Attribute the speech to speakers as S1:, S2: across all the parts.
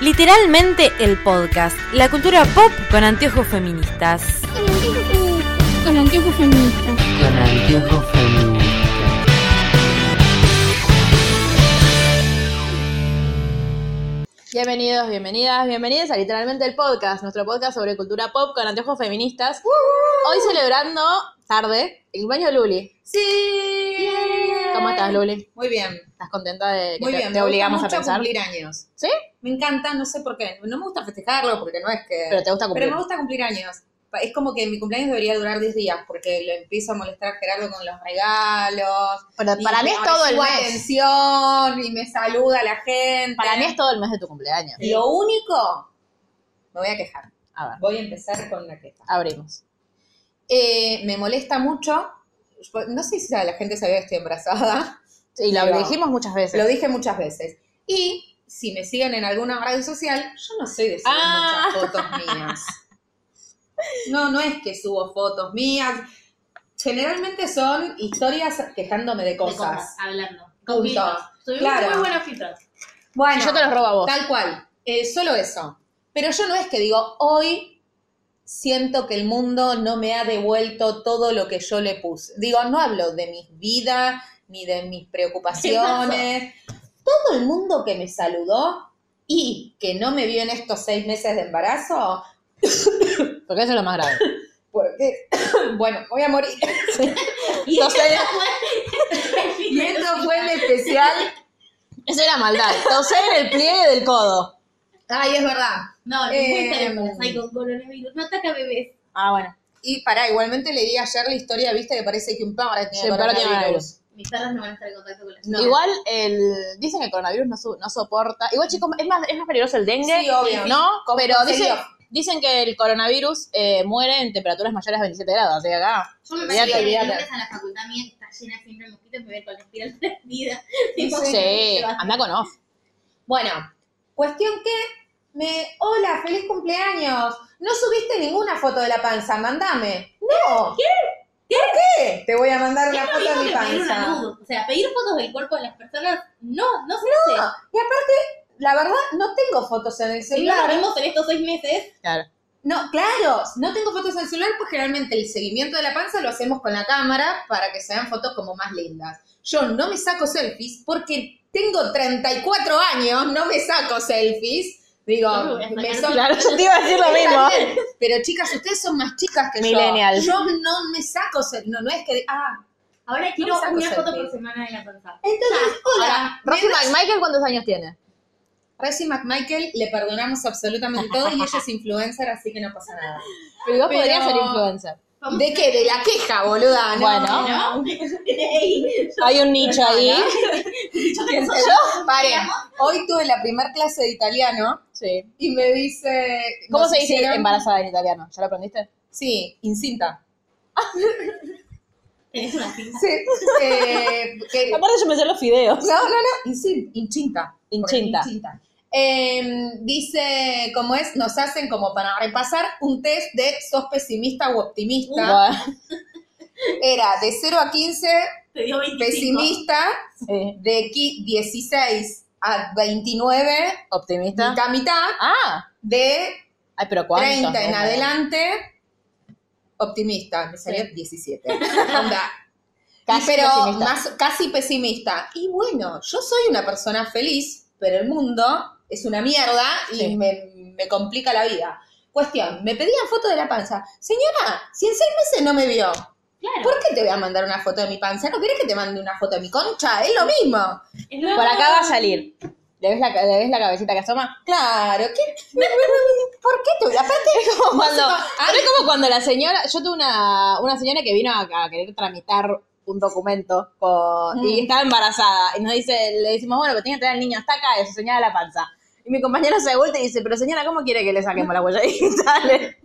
S1: Literalmente el podcast, la cultura pop con anteojos feministas.
S2: Con anteojos feministas. Con anteojos feministas.
S3: Con anteojos feministas.
S4: Bienvenidos, bienvenidas, bienvenidos a literalmente el podcast, nuestro podcast sobre cultura pop con anteojos feministas. Hoy celebrando tarde el baño de Luli.
S5: Sí.
S4: ¿Cómo estás, Luli?
S5: Muy bien,
S4: ¿Estás contenta de que
S5: muy
S4: te,
S5: bien.
S4: te
S5: me
S4: obligamos
S5: gusta
S4: a
S5: mucho
S4: pensar?
S5: cumplir años.
S4: ¿Sí?
S5: Me encanta, no sé por qué. No me gusta festejarlo porque no es que.
S4: Pero te gusta
S5: Pero
S4: cumplir.
S5: me gusta cumplir años. Pa- Es como que mi cumpleaños debería durar 10 días porque lo empiezo a molestar a Gerardo con los regalos.
S4: Pero
S5: y
S4: para mí
S5: me
S4: es todo el
S5: recibo
S4: mes.
S5: atención y me saluda la gente. Eh,
S4: Para mí es todo el mes de tu cumpleaños.
S5: Lo único. Me voy a quejar.
S4: A ver,
S5: Voy a empezar con la queja.
S4: abrimos.
S5: Eh, me molesta mucho. No sé si la gente sabía que estoy embarazada.
S4: Y lo
S5: Ahí va.
S4: dijimos muchas veces.
S5: Lo dije muchas veces. Y si me siguen en alguna red social, yo no soy de subir
S4: Ah.
S5: muchas fotos mías. No, no es que subo fotos mías. Generalmente son historias quejándome de
S6: de
S5: cosas.
S6: hablando.
S5: Punto.
S6: Con filtros. Tuvimos
S5: Claro.
S6: muy buenos filtros.
S5: Bueno,
S4: Yo te los robo a vos.
S5: tal cual. Eh, solo eso. Pero yo no es que digo, hoy siento que el mundo no me ha devuelto todo lo que yo le puse. Digo, no hablo de mi vida ni de mis preocupaciones. Todo el mundo que me saludó y que no me vio en estos seis meses de embarazo,
S4: Porque eso es lo más grave.
S5: porque, bueno, voy a morir.
S4: No sé,
S5: Y esto fue el especial.
S4: eso era maldad. Tosé en el pliegue del codo.
S5: Ay, es verdad.
S6: No, no
S5: Eh,
S6: eh, hay con coronavirus. No ataca bebés.
S4: Ah, bueno.
S5: Y pará, igualmente leí ayer la historia, viste, que parece que un pájaro tiene
S4: Sí, un perro tiene
S5: coronavirus.
S6: Mis perros no van a estar en contacto con la
S5: No.
S4: Igual el, dicen que el coronavirus no, su- no soporta. Igual, chicos, es más, es más peligroso el dengue.
S5: Sí, obvio.
S4: ¿No?
S5: Con-
S4: Pero
S5: con
S4: dicen,
S5: serio.
S4: dicen que el coronavirus eh, muere en temperaturas mayores a 27 grados. Así que acá.
S6: Yo me
S4: Olvídate,
S6: imagino que
S4: olvídate.
S6: el lunes a la facultad mía que está llena siempre de mosquitos, me voy con la espiral prendida. Tipo,
S4: Sí,
S6: te vas.
S4: anda con off.
S5: Bueno, cuestión que me, hola, feliz cumpleaños. No subiste ninguna foto de la panza, mandame. No. ¿Qué? ¿Por qué? Te voy a mandar
S6: Es
S5: una
S6: lo
S5: foto
S6: mismo
S5: de mi
S6: que pedir un
S5: panza.
S6: anudo. O sea, pedir fotos del cuerpo de las personas, no, no se hace.
S5: No, Y aparte, la verdad, no tengo fotos en el
S6: Si no nos
S5: celular.
S6: vemos en estos seis meses,
S4: Claro.
S5: No, claro, no tengo fotos en el celular, pues generalmente el seguimiento de la panza lo hacemos con la cámara para que se vean fotos como más lindas. Yo no me saco selfies porque tengo 34 años, no me saco selfies. Digo,
S6: Yo me voy a
S5: me
S6: sacar
S5: son-
S4: Claro, yo te iba a decir lo mismo.
S5: Pero chicas, ustedes son más chicas que
S4: Millennial.
S5: yo. Yo no me saco selfies, no, no es que... Ah,
S6: ahora quiero
S5: Vamos a
S6: una
S5: coser,
S6: foto
S5: sí.
S6: por semana de la panza.
S5: entonces, hola.
S4: Ahora, Rosy McMichael, ¿cuántos años tiene?
S5: Rosy McMichael le perdonamos absolutamente todo y ella es influencer, así que no pasa nada.
S4: Pero igual
S5: Pero-
S4: podría ser influencer.
S6: Vamos
S5: ¿De
S6: a-
S5: qué? De la queja, boluda. ¿no?
S4: Bueno.
S6: ¿No? Ey, yo-
S4: Hay un nicho ahí.
S6: yo te-
S5: Yo, paren, hoy tuve la primera clase de italiano
S4: Sí.
S5: y me dice...
S4: ¿Cómo
S5: nos
S4: se dice
S5: hicieron-
S4: embarazada en italiano? ¿Ya lo aprendiste?
S5: Sí, incinta.
S6: Tenés una pinza.
S5: Sí. eh, que-
S4: Aparte yo me sé los fideos.
S5: No, no, no, incinta. Inchinta.
S4: Inchinta.
S5: Eh, dice, como es, nos hacen como para repasar un test de sos pesimista u optimista.
S4: Bueno,
S5: Era de 0 a 15,
S6: Te dio 25.
S5: pesimista,
S4: sí.
S5: de qui- 16 a 29,
S4: Optimista.
S5: mitad, mitad,
S4: Ah,
S5: de
S4: ay, pero ¿cuántos?
S5: 30 en
S4: no?
S5: adelante, optimista. Me salió 17. Onda,
S4: Casi
S5: pero
S4: pesimista.
S5: más casi pesimista. Y bueno, yo soy una persona feliz, pero el mundo es una mierda y
S4: Sí.
S5: me, me complica la vida. Cuestión, me pedían foto de la panza. Señora, si en seis meses no me vio,
S6: Claro.
S5: ¿por qué te voy a mandar una foto de mi panza? ¿No querés que te mande una foto de mi concha? Es lo mismo.
S6: Es lo-
S4: Por acá va a salir. ¿Le ves la, le ves la cabecita que asoma?
S5: Claro, ¿qué? ¿por qué te voy a Aparte, no sé
S4: Cuando,
S5: cómo-
S4: pero es como cuando la señora, yo tuve una, una señora que vino a, a querer tramitar un documento con- y estaba embarazada. Y nos dice, le decimos, bueno, pero tiene que tener al niño hasta acá, y se señala la panza. Y mi compañero se vuelve y dice, pero señora, ¿cómo quiere que le saquemos la huella digital?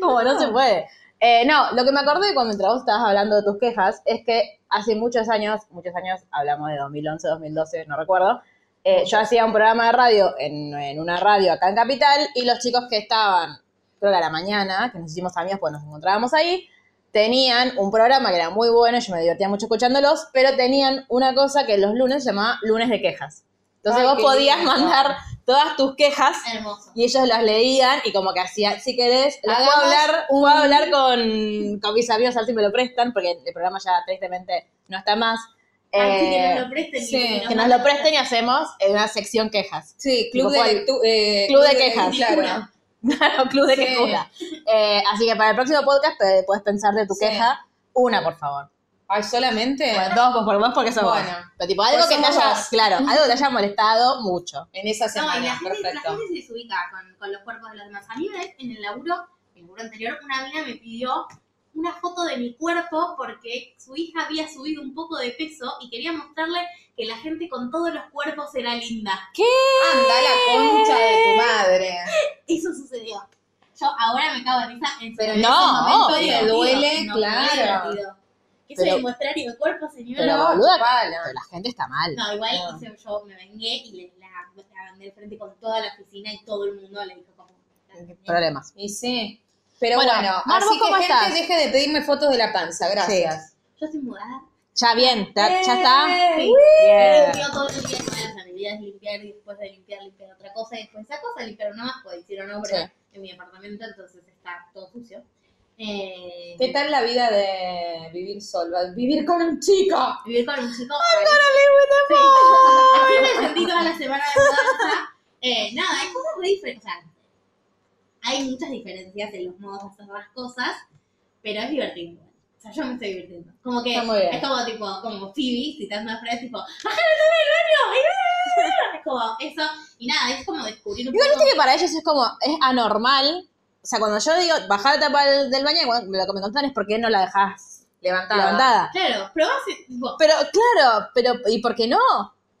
S4: Como no se puede. Eh, no, lo que me acordé cuando mientras vos estabas hablando de tus quejas es que hace muchos años, muchos años, hablamos de 2011, 2012, no recuerdo, eh, yo hacía un programa de radio en, en una radio acá en Capital y los chicos que estaban, creo que a la mañana, que nos hicimos amigos cuando nos encontrábamos ahí, tenían un programa que era muy bueno, yo me divertía mucho escuchándolos, pero tenían una cosa que los lunes se llamaba lunes de quejas. Entonces
S5: Ay,
S4: vos
S5: qué
S4: podías
S5: lindo.
S4: mandar todas tus quejas
S6: Hermoso.
S4: y ellos las leían y como que hacía, si querés, les puedo
S5: Hagamos
S4: hablar, puedo hablar con, con mis amigos, a ver si me lo prestan, porque el programa ya tristemente no está más.
S6: Así que
S4: Eh,
S6: nos lo presten. y
S5: sí,
S4: que nos lo presten y hacemos en una sección quejas.
S5: Sí, club
S4: Tipo,
S5: de,
S4: ¿cuál?
S5: lectu- eh,
S4: Club de quejas.
S5: Claro.
S4: Claro, club de
S5: Sí.
S4: quejuda. Eh, así que para el próximo podcast te puedes pensar de tu
S5: Sí.
S4: queja una, por favor.
S5: Ay, Ah, solamente.
S4: Bueno, dos, pues por vos, porque somos.
S5: Bueno.
S4: vos. Pero tipo, algo
S5: Pues
S4: que te
S5: somos
S4: haya,
S5: dos.
S4: claro, algo que te haya molestado mucho.
S5: En esa
S6: No,
S5: semana.
S6: y la gente, la
S5: Perfecto.
S6: gente se desubica con, con los cuerpos de los demás. A mí una vez en el laburo, en el laburo anterior, una mina me pidió una foto de mi cuerpo porque su hija había subido un poco de peso y quería mostrarle que la gente con todos los cuerpos era linda.
S5: Anda la concha de tu madre.
S6: Eso sucedió. Yo ahora me cago en risa, en
S5: Pero
S6: en
S4: no,
S6: momento
S4: obvio.
S6: divertido.
S5: Duele,
S6: No, fue
S5: claro.
S6: divertido. Quise
S4: Pero-
S6: demostrar mi cuerpo, señora.
S4: Pero
S5: No,
S4: boluda,
S5: chupala.
S4: pero la gente está mal.
S6: No, igual
S5: No.
S6: hice- yo me vengué y le, la, la mandé al frente con toda la oficina y todo el mundo le dijo como...
S4: Problemas.
S5: Y sí. Pero bueno,
S4: Bueno, Mar,
S5: así
S4: ¿vos
S5: que
S4: cómo
S5: gente
S4: estás?
S5: deje de pedirme fotos de la panza, gracias.
S6: Yo estoy mudada.
S4: Ya bien, ya, ya está.
S6: Sí.
S4: Bien.
S6: Limpio todo el día, todas las actividades, limpiar y después de limpiar, limpiar otra cosa y después esa cosa, limpiar una más, pues hicieron obra en mi apartamento, entonces está todo sucio. Eh,
S5: ¿Qué tal la vida de vivir sola? Vivir con un chico.
S6: Vivir con un chico. rarísimo. Sí. Así me sentí toda la semana de mudanza. Eh, nada, hay cosas muy diferentes. O sea, hay muchas diferencias en los modos de hacer las cosas, pero es divertido. O sea, yo me estoy divirtiendo. Como que
S5: Está muy bien.
S6: es como tipo, como Phoebe citando a Fred, tipo, ¡bájame todo el baño! Es como eso. Y nada, es como descubrir un
S4: Igual
S6: poco.
S4: viste que para ellos es como, es anormal. O sea, cuando yo digo bajar la tapa del, del baño, bueno, lo que me contaron es por qué no la dejás
S5: Levantada.
S4: levantada.
S6: Claro, probás y, tipo,
S4: Pero claro, pero ¿y por qué no?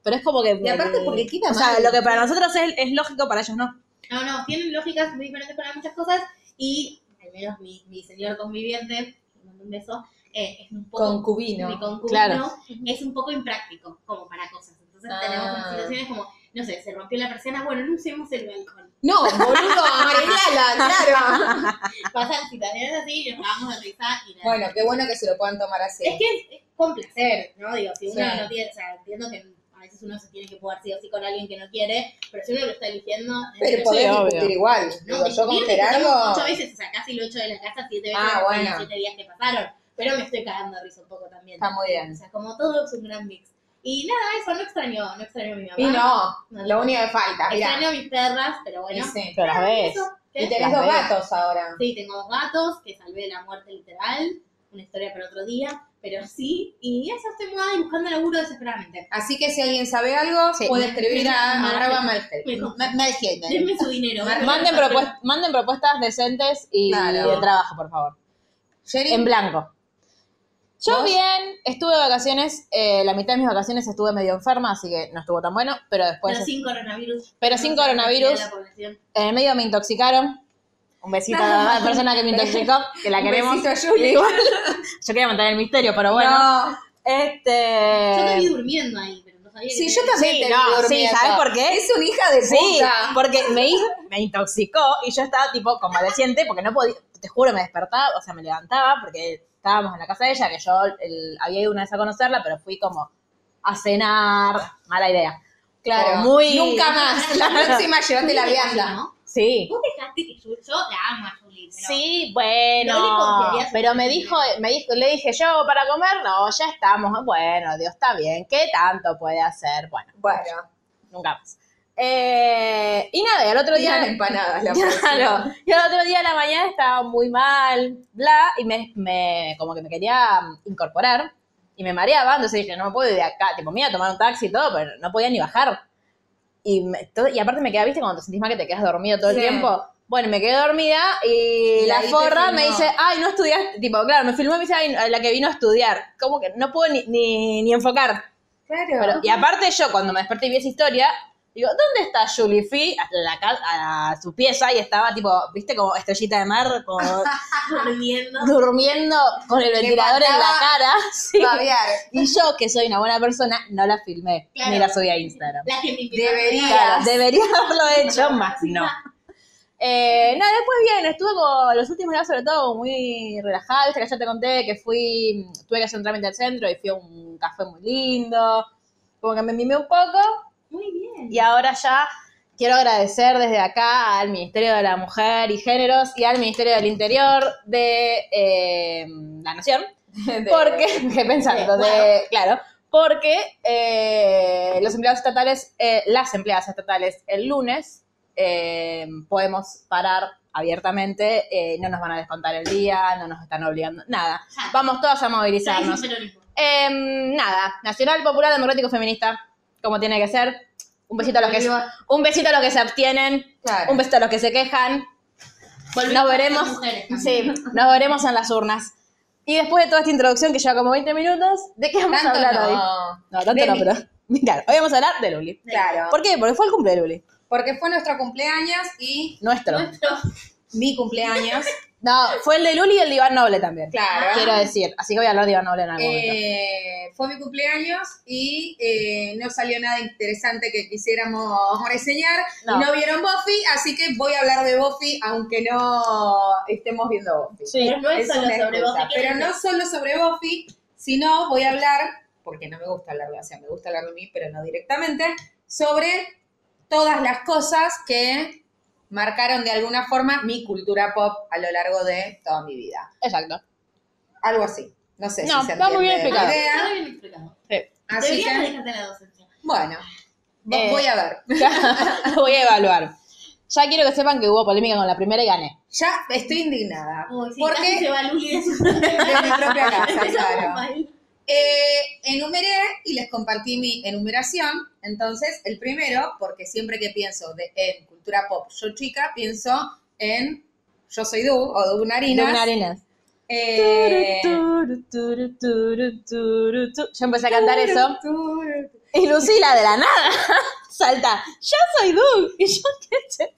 S4: Pero es como que...
S5: Y aparte porque queda
S4: O sea,
S5: mal.
S4: lo que para nosotros es, es lógico, para ellos no.
S6: No, no, tienen lógicas muy diferentes para muchas cosas y al menos mi, mi señor conviviente, le mando un beso, eh, es un poco
S5: Concubino.
S6: mi concubino,
S4: claro.
S6: es un poco impráctico como para cosas. Entonces
S5: Ah.
S6: tenemos como situaciones como, no sé, se rompió la persiana, bueno, no usemos el balcón.
S5: No, boludo, arreglala, claro.
S6: Pasan situaciones así y nos vamos a risa y nada.
S5: Bueno, qué bueno que se lo puedan tomar así.
S6: Es que es, es con placer, ¿no? Digo, si uno
S5: Sí.
S6: no tiene, o sea, entiendo que a veces uno se tiene que jugar sí o sí con alguien que no quiere, pero si uno lo está eligiendo... es
S5: Pero
S6: que-
S5: podés
S4: Sí, obvio.
S5: discutir igual. Digo, yo con
S6: discutimos, discutimos
S5: Gerardo.
S6: Ocho veces, o sea, casi lo echo de la casa, siete veces
S5: Ah,
S6: en
S5: bueno.
S6: los siete días que pasaron. Pero me estoy cagando de risa un poco también.
S5: Está muy bien.
S6: O sea, como todo es un gran mix. Y nada, eso no extraño, no extraño a mi mamá.
S5: Y no,
S6: No.
S5: lo único que falta, mirá.
S6: extraño a mis perras, pero
S5: Y
S6: bueno.
S5: sí.
S4: Pero las ves.
S6: Eso,
S5: Y
S6: ¿qué?
S5: tenés
S4: Las
S5: dos
S4: veo.
S5: gatos ahora.
S6: Sí, tengo dos gatos que salvé de la muerte literal. Una historia para otro día, pero sí. Y eso estoy mudada y buscando laburo desesperadamente.
S5: Así que si alguien sabe algo,
S4: Sí.
S5: puede escribir a
S6: Mal-
S5: arroba Malgel.
S6: Mejor.
S5: Ma- Malgel.
S6: Denme su dinero.
S4: Manden, propues- manden propuestas decentes y
S5: Claro.
S4: de trabajo, por favor.
S5: Jerry,
S4: En blanco. Yo
S5: ¿Vos?
S4: bien, estuve de vacaciones, eh, la mitad de mis vacaciones estuve medio enferma, así que no estuvo tan bueno, pero después,
S5: pues.
S6: Pero sin coronavirus.
S4: Pero sin
S6: No se
S4: coronavirus.
S6: la población.
S4: en el medio me intoxicaron. Un besito a la persona que me intoxicó, que la
S5: Un
S4: queremos.
S5: besito a Juli.
S4: Igual. Yo quería mantener el misterio, pero bueno.
S5: No.
S4: Este.
S6: Yo te vi durmiendo ahí, pero no sabía
S5: Eh. Sí,
S6: que
S5: yo también
S4: Sí,
S5: te
S4: no,
S5: vi
S4: sí,
S5: durmiendo.
S4: ¿sabés por qué?
S5: Es una hija de
S4: Sí,
S5: puta.
S4: porque me, me intoxicó y yo estaba tipo convaleciente porque no podía, te juro, me despertaba, o sea, me levantaba porque estábamos en la casa de ella, que yo el- había ido una vez a conocerla, pero fui como a cenar, mala idea.
S5: Claro.
S4: Como muy-
S5: Nunca más. La próxima llévate la vianda.
S6: ¿no?
S4: Sí.
S6: Vos dejaste que yo, yo la amo a Julie, pero
S4: Sí,
S6: No le
S4: bueno,
S6: confiarías en
S4: pero
S6: tu
S4: me
S6: familia.
S4: dijo, me dijo, le dije yo para comer, no, ya estamos, bueno, Dios está bien, ¿qué tanto puede hacer? Bueno,
S5: Bueno,
S4: nunca más. Eh, y nada, y al otro día
S5: ya empanadas la
S4: Claro.
S5: próxima.
S4: Y el otro día de la mañana estaba muy mal, bla, y me, me- como que me quería incorporar y me mareaba, entonces dije, no me puedo ir de acá, tipo, me iba a tomar un taxi y todo, pero no podía ni bajar. Y, me- todo- y aparte me quedaba, viste, cuando te sentís mal que te quedas dormido todo
S5: Sí.
S4: el tiempo. Bueno, me quedé dormida y,
S5: Y
S4: la
S5: ahí te
S4: forra me
S5: filmó.
S4: dice, ay, no estudiaste, tipo, claro, me filmó y me dice, ay, la que vino a estudiar. Como que no puedo ni, ni, ni enfocar. Pero-
S5: Claro.
S4: y aparte yo, cuando me desperté y vi esa historia, digo, ¿dónde está Julie Fee? A, la ca- a su pieza y estaba tipo, viste, como estrellita de mar, como
S6: estás durmiendo.
S4: durmiendo con el ventilador en la
S5: faltaba
S4: cara. sí.
S5: Fabiar.
S4: Y yo, que soy una buena persona, no la filmé,
S6: Claro.
S4: ni la subí a Instagram.
S6: La que me invitó.
S5: Debería.
S4: Claro, debería haberlo hecho, más no. Eh, nada, después bien, estuve con los últimos días sobre todo muy relajada, viste que yo te conté que fui, tuve que hacer un trámite al centro y fui a un café muy lindo, como que me mimé un poco
S6: Muy bien.
S4: y ahora ya Quiero agradecer desde acá al Ministerio de la Mujer y Géneros y al Ministerio del Interior de eh, la Nación, porque, que pensando, de, claro, porque eh, los empleados estatales, eh, las empleadas estatales el lunes eh, podemos parar abiertamente, eh, no nos van a descontar el día, no nos están obligando, nada.
S6: Ya.
S4: Vamos todas a
S6: Ya es un
S4: movilizarnos.
S6: peronismo.
S4: Em, nada, Nacional Popular Democrático Feminista, como tiene que ser. Un besito a los que,
S6: Arriba.
S4: un besito a los que se abstienen,
S5: Claro.
S4: un besito a los que se quejan.
S6: Volvemos
S4: Nos
S6: a ser
S4: veremos.
S6: mujeres
S4: Sí,
S6: también.
S4: nos veremos en las urnas. Y después de toda esta introducción que lleva como 20 minutos, ¿de qué vamos
S5: Tanto
S4: a hablar hoy?
S5: no.
S4: No, tanto
S5: De
S4: no,
S5: mí.
S4: pero. Claro, hoy vamos a hablar de Luli.
S5: Claro.
S4: ¿Por qué? Porque fue el cumple de Luli.
S5: Porque fue nuestro cumpleaños y
S4: Nuestro.
S6: Nuestro-
S5: mi cumpleaños.
S4: No, fue el de Luli y el de Iván Noble también.
S5: claro.
S4: Quiero decir. Así que voy a hablar de Iván Noble en algún momento.
S5: Eh, fue mi cumpleaños y eh, no salió nada interesante que quisiéramos reseñar.
S4: No.
S5: No. no vieron Buffy, así que voy a hablar de Buffy, aunque no estemos viendo Buffy.
S4: Sí.
S6: Pero no es, solo
S5: una
S6: sobre vos.
S5: excusa. Pero no solo sobre Buffy, sino voy a hablar, porque no me gusta hablar de, o sea, me gusta hablar de mí, pero no directamente, sobre todas las cosas que marcaron de alguna forma mi cultura pop a lo largo de toda mi vida.
S4: Exacto.
S5: Algo así. No sé
S4: No,
S5: si se
S4: está muy bien
S5: entiende la
S4: explicado.
S6: Está
S5: idea.
S6: bien explicado.
S5: Así
S6: Deberías
S5: que,
S6: dedicarte a la docencia.
S5: bueno, vo-
S4: Eh.
S5: voy a ver.
S4: Lo voy a evaluar. Ya quiero que sepan que hubo polémica con la primera y gané.
S5: Ya estoy indignada.
S6: Uy, sí,
S5: porque
S6: casi se va Luli de su
S5: de mi propia casa,
S6: Empezamos
S5: claro.
S6: mal.
S5: Eh, enumeré y les compartí mi enumeración. Entonces, el primero, porque siempre que pienso de, en cultura pop, yo chica, pienso en Yo soy Du o Du Narinas.
S4: Luna Arenas.
S5: Eh,
S4: Turu, turu, turu, turu, tu. Yo empecé a cantar eso. Y Lucila, de la nada, salta. Yo soy Doug. Y yo, ¿qué es eso?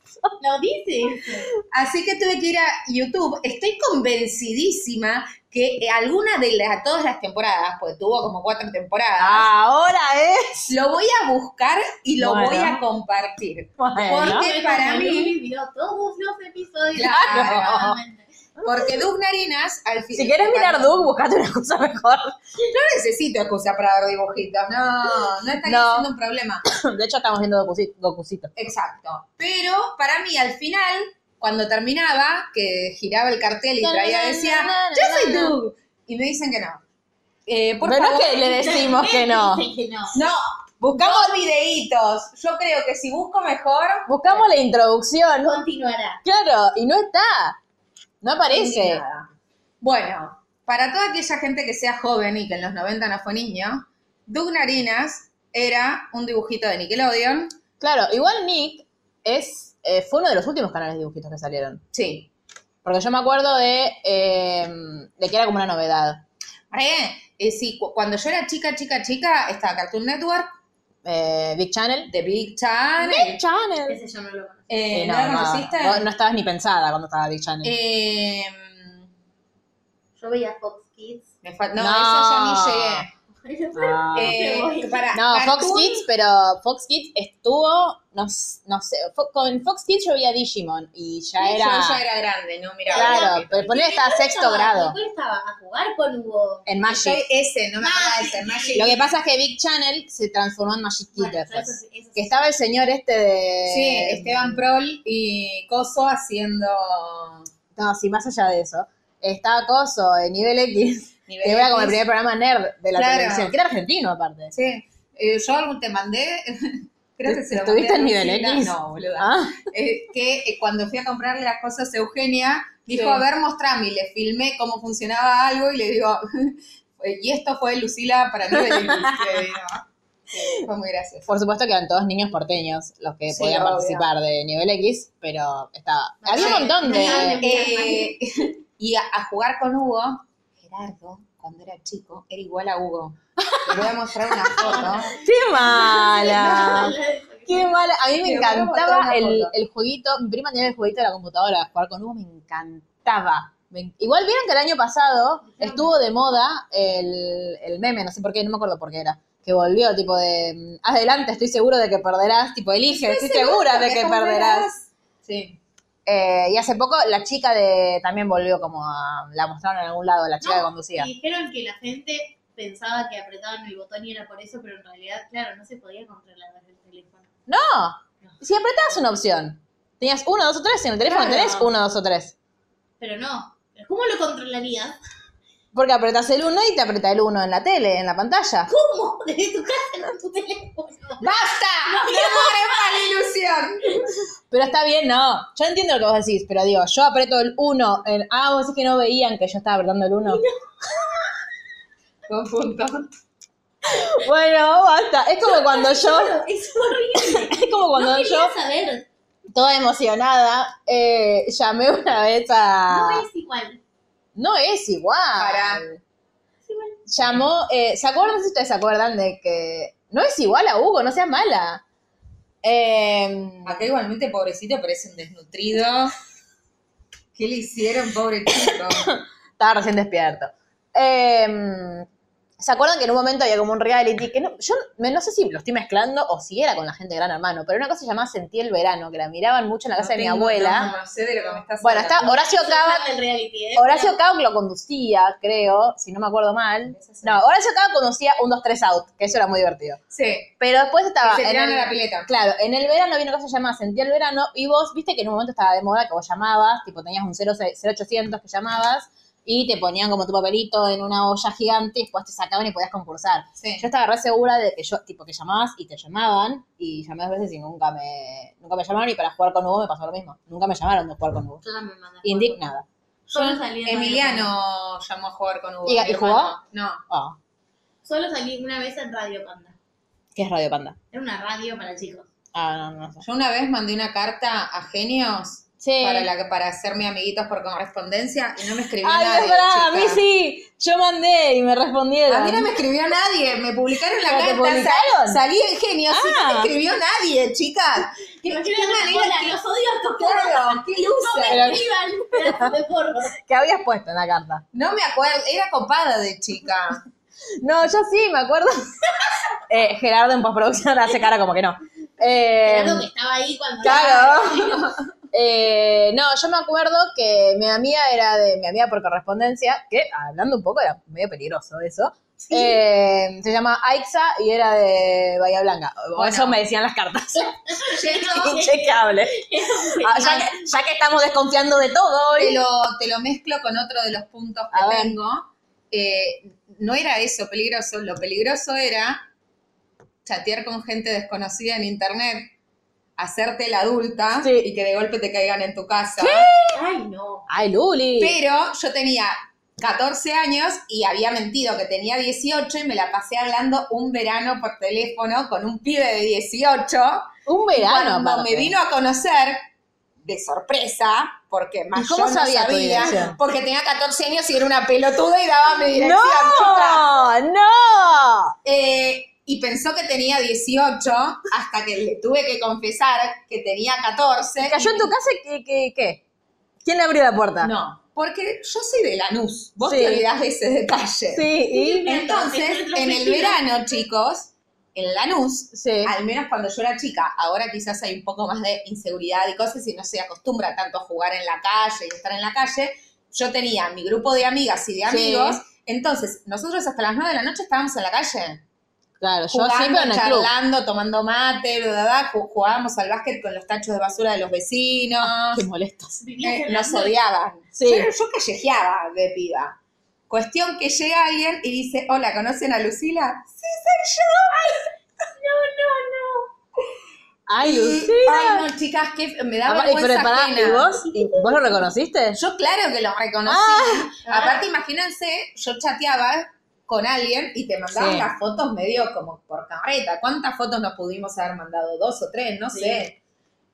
S6: Lo dices.
S5: Así que tuve que ir a YouTube. Estoy convencidísima que eh, alguna de las, todas las temporadas, pues tuvo como cuatro temporadas,
S4: Ahora es.
S5: lo voy a buscar y lo
S4: Bueno.
S5: voy a compartir.
S4: Bueno.
S5: Porque para mí-
S6: Luli vio todos los episodios.
S5: Claro.
S6: claramente.
S5: Porque Doug Narinas, al fin-
S4: Ah. Si quieres mirar Doug, buscate una cosa mejor.
S5: No necesito excusa para ver dibujitos, no, no estaría
S4: No.
S5: siendo un problema.
S4: De hecho, estamos viendo Gokuci- Gokucito.
S5: Exacto. Pero para mí, al final, cuando terminaba, que giraba el cartel y traía, decía, yo soy Doug. Y me dicen que no. Eh, por
S4: Pero no
S5: favor.
S4: es que le decimos que no.
S6: Dice que no.
S5: No, buscamos videitos. Yo creo que si busco mejor,
S4: Buscamos la introducción.
S6: Continuará.
S4: Claro, y no está. No aparece.
S5: Indignada. Bueno, para toda aquella gente que sea joven y que en los 90 no fue niño, Doug Narinas era un dibujito de Nickelodeon.
S4: Claro, igual Nick es, eh, fue uno de los últimos canales de dibujitos que salieron.
S5: Sí.
S4: Porque yo me acuerdo de, eh, de que era como una novedad.
S5: Ahora bien, eh, sí, cu- cuando yo era chica, chica, chica, estaba Cartoon Network,
S4: Eh, Big Channel.
S5: The Big Channel.
S4: Big Channel.
S6: Ese yo no lo conozco.
S5: Eh,
S4: Sí,
S5: ¿No la conociste?
S4: vos no estabas ni pensada cuando estaba Big Channel.
S5: Eh,
S6: Yo veía Fox Kids.
S5: me fal- no,
S4: No.
S5: eso ya ni llegué.
S4: Ah.
S5: Eh, pará,
S4: no, Fox
S5: Cartoon-
S4: Kids, pero Fox Kids estuvo, no, s- no sé, fo- con Fox Kids yo veía Digimon y ya
S5: Yo
S4: era...
S5: ya era grande, no, mira.
S4: Claro, pero ponele estaba sexto grado
S6: ¿Cuál estaba? A jugar con Hugo.
S4: en
S5: Yo
S4: Magic.
S5: ese, no me acuerdo de ese, Magic.
S4: Lo que pasa es que Big Channel se transformó en Magic Kid
S6: Bueno,
S4: después.
S6: eso sí, eso
S4: Que
S6: sí.
S4: estaba el señor este de...
S5: Sí, este. Esteban Prol y Coso haciendo
S4: No, sí, más allá de eso. Estaba Coso en Nivel X,
S5: nivel
S4: que era como el
S5: X.
S4: primer programa nerd de la
S5: Claro.
S4: televisión, que era argentino aparte.
S5: Sí. Eh, yo algún te mandé, creo que se lo
S4: ¿Estuviste en
S5: mandé a
S4: Nivel
S5: Lucila.
S4: X?
S5: No, boluda.
S4: Ah,
S5: Eh, que eh, cuando fui a comprarle las cosas a Eugenia, dijo,
S4: Sí.
S5: a ver, mostrame, y le filmé cómo funcionaba algo, y le digo, y esto fue Lucila para mí. del inicio", y digo, sí, Fue muy gracioso.
S4: por supuesto que eran todos niños porteños los que
S5: Sí,
S4: podían
S5: obvio.
S4: participar de Nivel X, pero estaba...
S6: Bueno,
S4: Había un
S5: sí.
S4: montón de...
S6: Claro.
S5: Eh, y a, a jugar con Hugo, Gerardo, cuando era chico, era igual a Hugo. Le voy a mostrar una foto.
S4: ¡Qué mala!
S6: ¿Qué?
S4: ¡Qué mala! A mí me
S5: Te voy a
S4: encantaba
S5: mostrar una
S4: el,
S5: foto.
S4: el jueguito. Mi prima tenía el jueguito de la computadora para jugar con Hugo, me encantaba. Me en- Igual vieron que el año pasado estuvo de moda el, el meme, no sé por qué, no me acuerdo por qué era. Que volvió, tipo de. mm, Adelante, estoy seguro de que perderás. Tipo, elige, estoy, segura de que perderás.
S5: Sí.
S4: Eh, y hace poco la chica de. También volvió como a. La mostraron en algún lado, la chica que conducía.
S6: Y dijeron que la gente pensaba que apretaban el botón y era por eso, pero en realidad, claro, no se podía controlar el teléfono.
S4: No,
S6: No.
S4: Si apretabas una opción, tenías uno, dos o tres, y en el teléfono
S6: Claro.
S4: tenés uno, dos o tres.
S6: Pero no. ¿Pero ¿Cómo lo controlarías?
S4: Porque apretás el uno y te aprieta el uno en la tele, en la pantalla.
S6: ¿Cómo? Desde tu casa con tu teléfono.
S5: ¡Basta! ¡No me para la ilusión!
S4: Pero está bien, no. Yo entiendo lo que vos decís, pero digo, yo aprieto el uno. En... Ah, vos decís que no veían que yo estaba apretando el uno.
S5: Con punto.
S4: Bueno, basta. Es como cuando yo,
S6: Es horrible.
S4: es como cuando
S6: no
S4: yo,
S6: quería saber.
S4: toda emocionada, eh, llamé una vez a.
S6: No es igual.
S4: No es igual.
S5: Pará.
S4: Llamó, eh, ¿se acuerdan? No sé si ustedes se acuerdan de que no es igual a Hugo, no sea mala. Eh,
S5: Acá igualmente, pobrecito, parece un desnutrido. ¿Qué le hicieron, pobre chico?
S4: estaba recién despierto. Eh, ¿Se acuerdan que en un momento había como un reality? Que no, yo me- no sé si lo estoy mezclando o si era con la gente de Gran Hermano, pero una cosa se llamaba Sentí el Verano, que la miraban mucho en la casa de mi abuela.
S5: No, no sé de lo que me estás
S4: Bueno, está Horacio Cava,
S6: Fan del reality, ¿eh?
S4: Horacio Cava lo conducía, creo, si no me acuerdo mal. No, Horacio Cava conducía un 2-3 out, que eso era muy divertido.
S5: Sí,
S4: Pero después estaba.
S5: se
S4: en
S5: tiraron
S4: Ah, el-
S5: a la pileta.
S4: Claro, en el verano había una cosa llamada Sentí el verano y vos viste que en un momento estaba de moda que vos llamabas, tipo tenías un 06 0800 que llamabas y te ponían como tu papelito en una olla gigante y después te sacaban y podías concursar.
S5: Sí.
S4: Yo estaba re segura de que yo, tipo, que llamabas y te llamaban y llamé dos veces y nunca me, nunca me llamaron y para jugar con Hugo me pasó lo mismo. Nunca me llamaron de jugar con Hugo.
S6: Yo también mandé.
S4: Indignada.
S6: Solo salí en
S5: Emiliano llamó a jugar con Hugo.
S4: ¿Y-
S5: mi
S4: y jugó?
S5: hermano. No.
S4: Oh,
S6: Solo salí una vez en Radio Panda.
S4: ¿qué es Radio Panda?
S6: Era una radio para chicos.
S4: Ah, no, no sé.
S5: Yo una vez mandé una carta a genios
S4: Sí.
S5: para, la, para hacerme amiguitos por correspondencia y no me escribió
S4: Ay,
S5: nadie.
S4: es verdad, a mí
S5: chica.
S4: sí. Yo mandé y me respondieron.
S5: A mí no me escribió nadie, me publicaron la
S4: ¿Pero te
S5: carta.
S4: publicaron?
S5: sal- Salí en genios y no
S4: Ah.
S5: me escribió nadie, chicas.
S6: ¿Te
S5: ¿Qué,
S6: imaginas
S5: qué
S6: una
S5: manera?
S6: bola? Los odio a estos
S5: Claro, qué
S6: porros.
S5: loser.
S6: No me escriban pedazos de porro.
S4: ¿Qué habías puesto en la carta?
S5: No me acuerdo, era copada de chica.
S4: No, yo sí, me acuerdo. Eh, Gerardo en postproducción hace cara como que no. Eh,
S6: Claro que estaba ahí cuando...
S4: claro. Eh, no, yo me acuerdo que mi amiga era de mi amiga por correspondencia, que hablando un poco era medio peligroso eso. Eh, se llama Aixa y era de Bahía Blanca. O
S5: Bueno.
S4: eso me decían las cartas.
S6: Llegó-
S4: Inchecable. Ah, ya, que, ya que estamos desconfiando de todo
S5: Te
S4: hoy.
S5: lo, te lo mezclo con otro de los puntos que
S4: A ver.
S5: tengo. Eh, no era eso peligroso, lo peligroso era chatear con gente desconocida en internet, hacerte la adulta
S4: Sí.
S5: y que de golpe te caigan en tu casa.
S6: Ay, no.
S4: Ay, Luli.
S5: Pero yo tenía 14 años y había mentido que tenía 18 y me la pasé hablando un verano por teléfono con un pibe de 18.
S4: un verano.
S5: cuando
S4: aparte.
S5: me vino a conocer de sorpresa, porque más
S4: ¿Y cómo
S5: yo no
S4: sabía tu
S5: sabía,
S4: dirección?
S5: porque tenía 14 años y era una pelotuda y daba mi dirección, chica.
S4: No, no.
S5: Eh, y pensó que tenía 18 hasta que le tuve que confesar que tenía 14.
S4: ¿Cayó en tu casa qué? qué, qué? ¿Quién le abrió la puerta?
S5: No, porque yo soy de Lanús. Vos
S4: Sí.
S5: te olvidás de ese detalle.
S4: Sí, y.
S5: Entonces, en el verano, chicos, en Lanús,
S4: Sí.
S5: al menos cuando yo era chica, ahora quizás hay un poco más de inseguridad y cosas y no se acostumbra tanto a jugar en la calle y estar en la calle. Yo tenía mi grupo de amigas y de
S4: Sí.
S5: amigos. Entonces, nosotros hasta las 9 de la noche estábamos en la calle.
S4: Claro, yo
S5: Jugando,
S4: siempre en el club.
S5: charlando, tomando mate, bla, bla, bla. Ju- Jugábamos al básquet con los tachos de basura de los vecinos.
S4: Ah, Qué molestos.
S5: Eh,
S6: Vivías en
S5: nos
S6: la-
S5: odiaban.
S4: Sí.
S5: Yo, yo callejeaba de piba. Cuestión que llega alguien y dice, hola, ¿conocen a Lucila? Sí,
S4: Ay,
S5: Y-
S4: Lucía.
S5: Ay, no, chicas, que me da
S4: Ah, y,
S5: vergüenza
S4: pero pará,
S5: ajena.
S4: ¿y vos? ¿Y ¿Vos lo reconociste?
S5: Yo claro que lo reconocí.
S4: Ah.
S5: Aparte, imagínense, yo chateaba con alguien y te mandaban
S4: Sí.
S5: las fotos medio como por carreta. ¿Cuántas fotos nos pudimos haber mandado? ¿Dos o tres? No
S6: Sí.
S5: sé.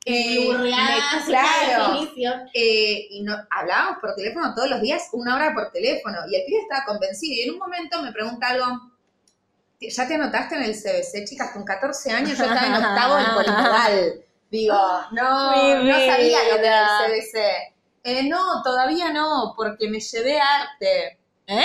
S5: Eh,
S6: Blurreadas,
S5: me-
S6: sin
S5: claro.
S6: definición.
S5: Eh, y no, hablábamos por teléfono todos los días, una hora por teléfono. Y el pibe estaba convencido. Y en un momento me pregunta algo. ¿Ya te anotaste en el CBC, chicas? Con 14 años yo estaba en octavo en Portugal. Digo, no,
S4: Mi
S5: no sabía lo que
S4: vida.
S5: era el CBC. Eh, no, todavía no, porque me llevé arte.
S4: ¿Eh?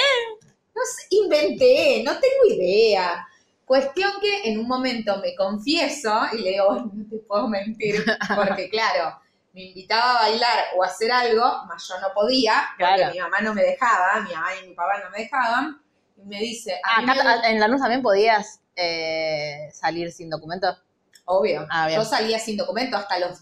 S5: No sé, inventé, no tengo idea. Cuestión que en un momento me confieso y le digo, "Bueno, no te puedo mentir, porque claro, me invitaba a bailar o a hacer algo, mas yo no podía, porque
S4: Claro.
S5: mi mamá no me dejaba, mi mamá y mi papá no me dejaban, y me dice, a
S4: Ah,
S5: mí
S4: acá
S5: me-
S4: ta- en Lanús también podías eh, salir sin documento.
S5: obvio.
S4: Ah, bien.
S5: Yo salía sin documento hasta los...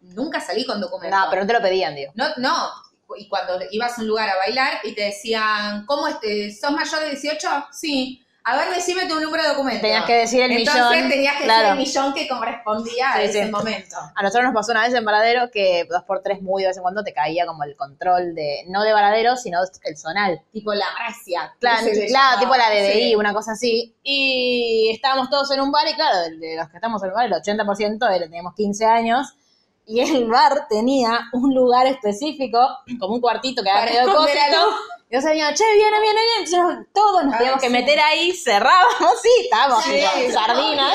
S5: Nunca salí con documento.
S4: No, pero no te lo pedían, digo.
S5: No, no. Y cuando ibas a un lugar a bailar y te decían, ¿cómo este? ¿Sos mayor de 18? Sí. A ver, decime tu número de documento.
S4: Tenías que decir el
S5: Entonces
S4: millón.
S5: tenías que
S4: claro.
S5: decir el millón que correspondía
S4: Sí,
S5: a ese
S4: sí.
S5: momento.
S4: A nosotros nos pasó una vez en Varadero que dos por tres muy de vez en cuando te caía como el control de, no de Varadero, sino el zonal.
S5: Tipo la gracia.
S4: Claro,
S5: que se le
S4: claro,
S5: llamaba.
S4: tipo la DDI,
S5: Sí.
S4: una cosa así. Y estábamos todos en un bar y claro, de- de los que estamos en el bar, el 80% era- teníamos 15 años. Y el bar tenía un lugar específico, como un cuartito que era
S5: Para
S4: medio
S5: esconder
S4: cosito.
S5: algo.
S4: Y yo sabía, che, viene, viene, viene. Entonces todos nos
S5: Ah,
S4: teníamos que
S5: sí.
S4: meter ahí, cerrábamos, sí, estábamos
S5: Sí.
S4: como sardinas.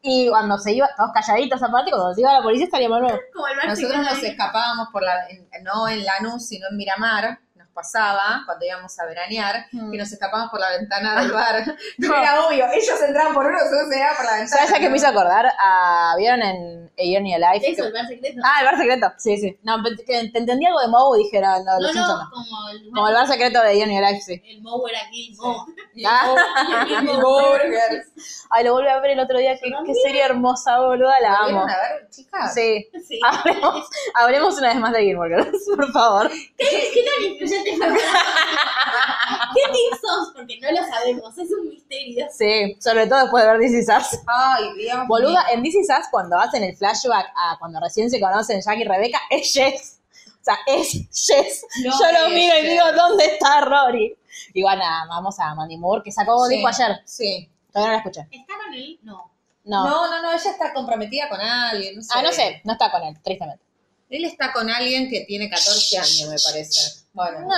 S4: Y cuando se iba, todos calladitos aparte, cuando se iba la policía estaríamos nuevos.
S6: Como el bar
S5: Nosotros
S6: secreto
S5: nos
S6: de-
S5: escapábamos por la, en- no en Lanús, sino en Miramar, nos pasaba cuando íbamos a veranear,
S4: Mm.
S5: que nos escapábamos por la ventana
S4: Ah.
S5: del bar. No era obvio, ellos entraban por uno, nosotros entraban por la ventana.
S4: ¿Sabes a qué me hizo acordar? A- ¿Vieron en A Year in Your Life?
S6: Eso, el bar secreto.
S4: Ah, el bar secreto. Sí, sí. No, pensé que te entendí algo de Moe y dije, no, no,
S6: no,
S4: los Simpsons
S6: no,
S4: no.
S6: como el,
S4: Como el bar secreto de Johnny Life, sí.
S6: el Moe era Gilmo.
S4: Ah.
S5: Burger.
S4: Ay, lo volví a ver el otro día. Qué, qué serie hermosa, boluda, la amo.
S5: ¿Vieron a ver, chicas?
S4: Sí. Ah,
S6: Sí.
S4: Hablemos, hablemos una vez más de Gilmore Girls, por favor.
S6: ¿Qué, qué tan influyente fue? ¿Qué team sos? Porque no lo sabemos, es un misterio.
S4: Sí, sobre todo después de ver This Is Us.
S5: Ay, Dios
S4: Boluda,
S5: mío.
S4: en This Is Us, cuando hacen el flashback a cuando recién se conocen Jack y Rebeca, es Jess. O sea, es Jess.
S5: No
S4: Yo lo
S5: es
S4: miro y
S5: Jess.
S4: digo, ¿dónde está Rory? Y van a, vamos a Mandy Moore, que sacó
S5: Sí.
S4: disco ayer.
S5: Sí.
S4: Todavía no la escuché.
S6: ¿Está con él? No.
S4: No.
S5: No, no, no, ella está comprometida con alguien, no sé.
S4: Ah, no sé, no está con él, tristemente.
S5: Él está con alguien que tiene 14 años, me parece. Bueno,
S4: No,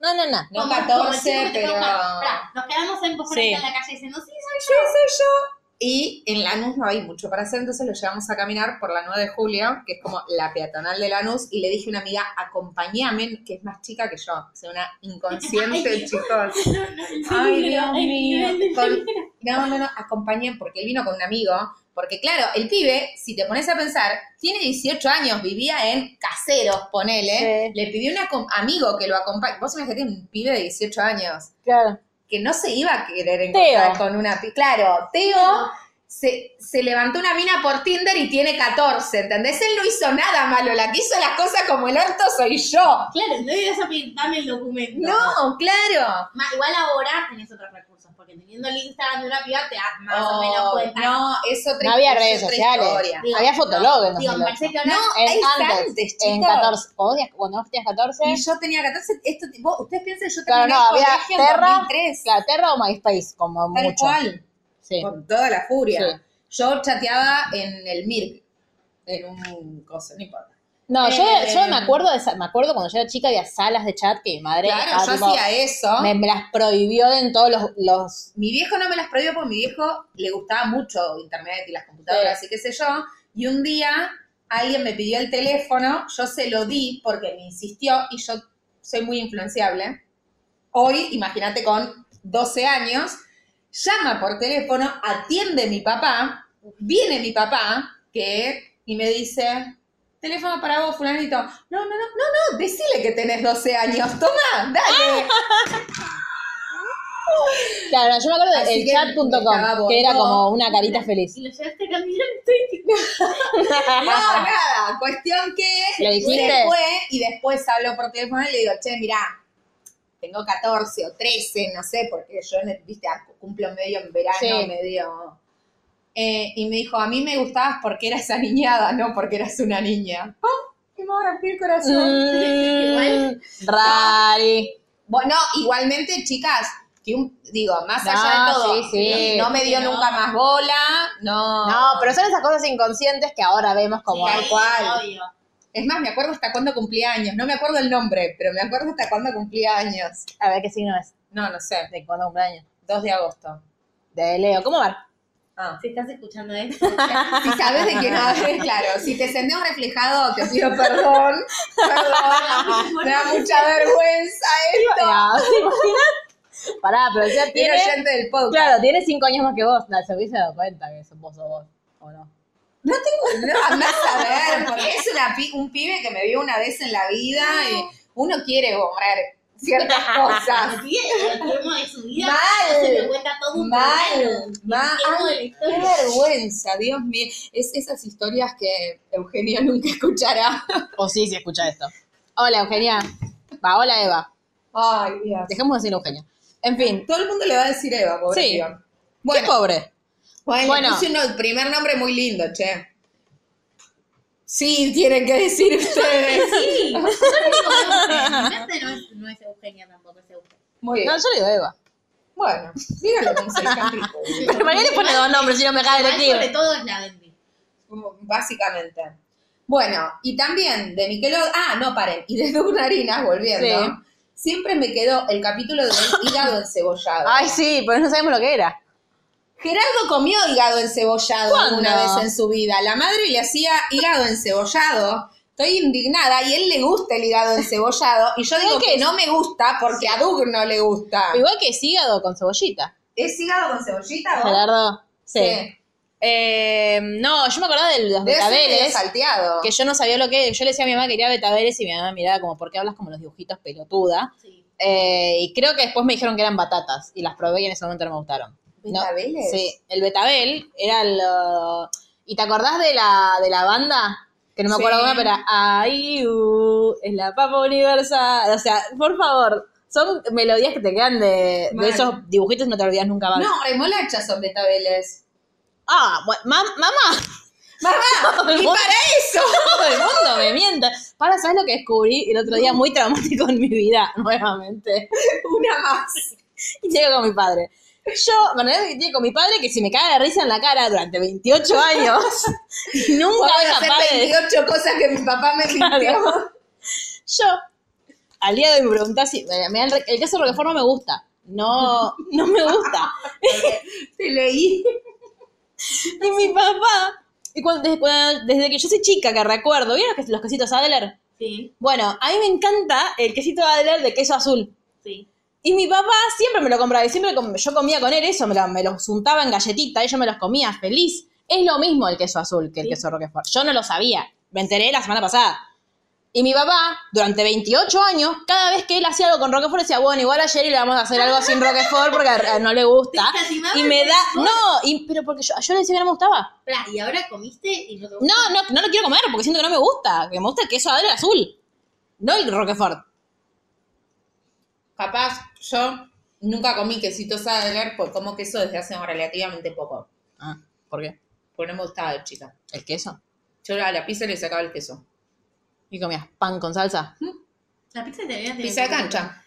S4: no, no, no.
S5: no
S6: Como- como el
S5: 14,
S6: chico que te
S5: pero...
S6: toca. Pará, nos quedamos en vos
S4: Sí.
S6: en la calle diciendo, sí, soy
S5: Sí, soy yo. Y en Lanús no hay mucho para hacer, entonces lo llevamos a caminar por la 9 de julio, que es como la peatonal de Lanús, y le dije a una amiga, acompáñame, que es más chica que yo, o sea, una inconsciente,
S6: Ay.
S5: chicos.
S6: yo. No, no, el
S5: Ay,
S6: libro,
S5: Dios
S6: el
S5: mío.
S6: libro, el
S5: Con-
S6: libro.
S5: No, no, no, acompañé, porque él vino con un amigo, porque claro, el pibe, si te pones a pensar, tiene 18 años, vivía en caseros, ponele,
S4: Sí.
S5: le pidió un acom- amigo que lo acompañe, vos imaginate un pibe de 18 años
S4: Claro.
S5: que no se iba a querer encontrar
S4: Teo.
S5: con una pi- Claro, Teo se, se levantó una mina por Tinder y tiene 14, ¿entendés? Él no hizo nada malo, la que hizo las cosas como el orto soy yo.
S6: Claro, no ibas a pedir, dame el documento.
S5: No, claro.
S6: Ma- igual ahora tenés otros recursos, porque teniendo el Instagram de una piba te das más o menos
S5: Oh,
S6: cuenta.
S5: No, es otra,
S4: No había
S5: es
S4: redes
S5: otra
S4: sociales.
S5: historia.
S6: Digo,
S4: Había fotolog en
S6: Digo, me
S4: 2008.
S6: parece que ahora
S5: No,
S4: En-
S5: es antes,
S4: en
S5: chicos.
S4: 14. ¿Vos odias- cuando vos tenías 14?
S5: Y yo tenía 14, esto, vos, ustedes piensan, yo
S4: Claro,
S5: terminé
S4: no,
S5: el
S4: había
S5: colegio
S4: Terra,
S5: en 2003,
S4: Claro, Terra o MySpace, como
S5: tal
S4: mucho.
S5: cual,
S4: Sí.
S5: con toda la furia.
S4: Sí.
S5: Yo chateaba en el MIRC, en un coso, no importa.
S4: No, yo,
S5: Eh,
S4: yo me acuerdo de esa- me acuerdo cuando yo era chica había salas de chat que mi madre
S5: Claro,
S4: estaba
S5: yo
S4: ah, tipo-
S5: hacía eso.
S4: me, me las prohibió en todos los, los-
S5: mi viejo no me las prohibió porque mi viejo le gustaba mucho internet y las computadoras y qué sé yo. Y un día alguien me pidió el teléfono, yo se lo di porque me insistió y yo soy muy influenciable. Hoy, imagínate con 12 años, llama por teléfono, atiende mi papá, viene mi papá que y me dice, teléfono para vos, fulanito. No, no, no, no, no, decile que tenés 12 años, toma, dale.
S4: Claro, yo me acuerdo
S5: Así
S4: del
S5: que
S4: chat.com,
S5: estaba
S4: que era
S5: borró.
S4: como una carita feliz.
S6: Y lo llevaste a caminar, estoy tipo,
S5: No, nada. Cuestión que
S4: ¿Le dijiste?
S5: se fue y después habló por teléfono y le digo, che, mirá, tengo 14 o 13, no sé, porque yo, viste, ah, cumplo medio en verano,
S4: Sí.
S5: medio... Eh, y me dijo, a mí me gustabas porque eras aniñada, no porque eras una niña. ¡Oh! Y me rompió el corazón.
S4: Mm, Rari.
S5: Bueno, igualmente, chicas, que un- digo, más
S4: No,
S5: allá de todo,
S4: sí, sí.
S5: no me dio
S6: No.
S5: nunca más bola, no.
S4: No, pero son esas cosas inconscientes que ahora vemos como...
S5: Sí.
S6: sí,
S5: cual.
S6: obvio.
S5: Es más, me acuerdo hasta cuándo cumplía años. No me acuerdo el nombre, pero me acuerdo hasta cuándo cumplía años.
S4: A ver qué signo es.
S5: No, no sé.
S4: ¿De cuándo cumpleaños?
S5: 2 de agosto.
S4: De Leo. ¿Cómo va?
S5: Ah.
S6: Si estás escuchando esto,
S5: Si sabes de quién hablo, claro. Si te sentí reflejado, te pido perdón. Perdón. Me da mucha vergüenza esto.
S4: No, ¿te imaginas? Pará, pero ya
S5: Era
S4: tiene...
S5: oyente del podcast.
S4: Claro, tiene cinco años más que vos. No, se hubiese dado cuenta que sos vos o vos, ¿o no?
S5: No tengo nada más a ver, porque es una pi- un pibe que me vio una vez en la vida y uno quiere borrar ciertas cosas.
S6: Así es, el tiempo de su vida.
S5: Mal.
S6: Se lo cuenta todo un
S5: Mal,
S6: verano.
S5: mal.
S6: El tiempo de la
S5: Ay, Qué
S6: historia.
S5: vergüenza, Dios mío. Es esas historias que Eugenia nunca escuchará.
S4: O sí, si escucha esto. Hola, Eugenia. Va, hola, Eva.
S5: Ay, Dios.
S4: Dejemos de decir Eugenia. En fin.
S5: Todo el mundo le va a decir Eva, pobre
S4: Sí.
S5: tío.
S4: Qué pobre.
S5: Bueno, le
S4: Bueno.
S5: puse un no- primer nombre muy lindo, che. Sí, tienen que decir ustedes.
S6: Sí, yo no digo Eugenia. No es, no es Eugenia tampoco, es Eugenia.
S5: Muy bien.
S4: No, yo le digo Eva.
S5: Bueno, díganlo como se dejan rico.
S4: Pero ¿para qué le pone dos nombres si no me cae
S6: Igual, sobre
S4: detective?
S6: todo es la Bendy.
S5: Básicamente. Bueno, y también de Nickelodeon. Ah, no, paren. Y de Dunarinas, volviendo.
S4: Sí.
S5: Siempre me quedó el capítulo del hígado encebollado.
S4: Ay, sí, pero no sabemos lo que era.
S5: Gerardo comió hígado encebollado
S4: ¿Cuándo?
S5: una vez en su vida. La madre le hacía hígado encebollado. Estoy indignada y él le gusta el hígado encebollado. Y yo digo
S4: ¿Sabes
S5: que
S4: qué?
S5: no me gusta porque a Doug no le gusta.
S4: Igual que es hígado con cebollita.
S5: ¿Es hígado con cebollita? vos?
S4: Gerardo. Sí.
S5: Sí.
S4: Eh, no, yo me acordaba de los
S5: Debe ser medio
S4: betabeles.
S5: salteado.
S4: Que yo no sabía lo que Yo le decía a mi mamá que quería betabeles y mi mamá miraba como, ¿por qué hablas como los dibujitos pelotuda?
S6: Sí.
S4: Eh, y creo que después me dijeron que eran batatas y las probé y en ese momento no me gustaron. No,
S5: ¿Betabeles?
S4: sí, el betabel era lo... ¿Y te acordás de la, de la banda? Que no me acuerdo
S5: Sí.
S4: cómo, pero era "Ay, uh, es la papa universal. O sea, por favor, son melodías que te quedan de,
S5: Mal.
S4: de esos dibujitos y no te olvidas nunca más.
S5: No, remolachas son betabeles.
S4: Ah, bueno, mam- mamá,
S5: ¡Mamá! ¡Y
S4: Ay,
S5: para eso!
S4: todo el mundo me mienta. Para, ¿sabes lo que descubrí el otro día? Muy traumático en mi vida, nuevamente.
S5: Una más.
S4: Y llego con mi padre. Yo, me enredé que llego con mi padre que se me cae la risa en la cara durante 28 años. y nunca
S5: Voy
S4: voy
S5: a hacer
S4: capaz de...
S5: 28 cosas que mi papá me mintió.
S4: Claro. Yo, al día de hoy me preguntás si... me- me- el, el caso de Roquefort no me gusta. No, no me gusta.
S5: Te leí.
S4: y mi papá... Y cuando, desde, cuando- desde que yo soy chica, que recuerdo, ¿vieron los, que- los quesitos Adler?
S6: Sí,
S4: Bueno, a mí me encanta el quesito Adler de queso azul.
S6: sí.
S4: Y mi papá siempre me lo compraba y siempre com- yo comía con él eso, me, lo- me los untaba en galletita y yo me los comía feliz. Es lo mismo el queso azul que el
S6: Sí.
S4: queso Roquefort. Yo no lo sabía, me enteré la semana pasada. Y mi papá, durante 28 años, cada vez que él hacía algo con Roquefort, decía, bueno, igual ayer le vamos a hacer algo sin Roquefort porque a- a no le gusta.
S6: Te escatimaba
S4: Y me
S6: el
S4: da...
S6: Roquefort.
S4: No, y- pero porque yo, yo le decía que no me gustaba.
S6: Pará, y ahora comiste y no te
S4: No, no, no lo quiero comer porque siento que no me gusta. Que me gusta el queso Adler azul, no el Roquefort.
S5: Capaz, yo nunca comí quesito Sadler, pues como queso desde hace relativamente poco.
S4: Ah, ¿por qué?
S5: Porque no me gustaba de chica.
S4: ¿El queso?
S5: Yo a la pizza le sacaba el queso.
S4: ¿Y comías pan con salsa?
S6: La pizza italiana tiene
S5: Pizza de
S6: que-
S5: cancha.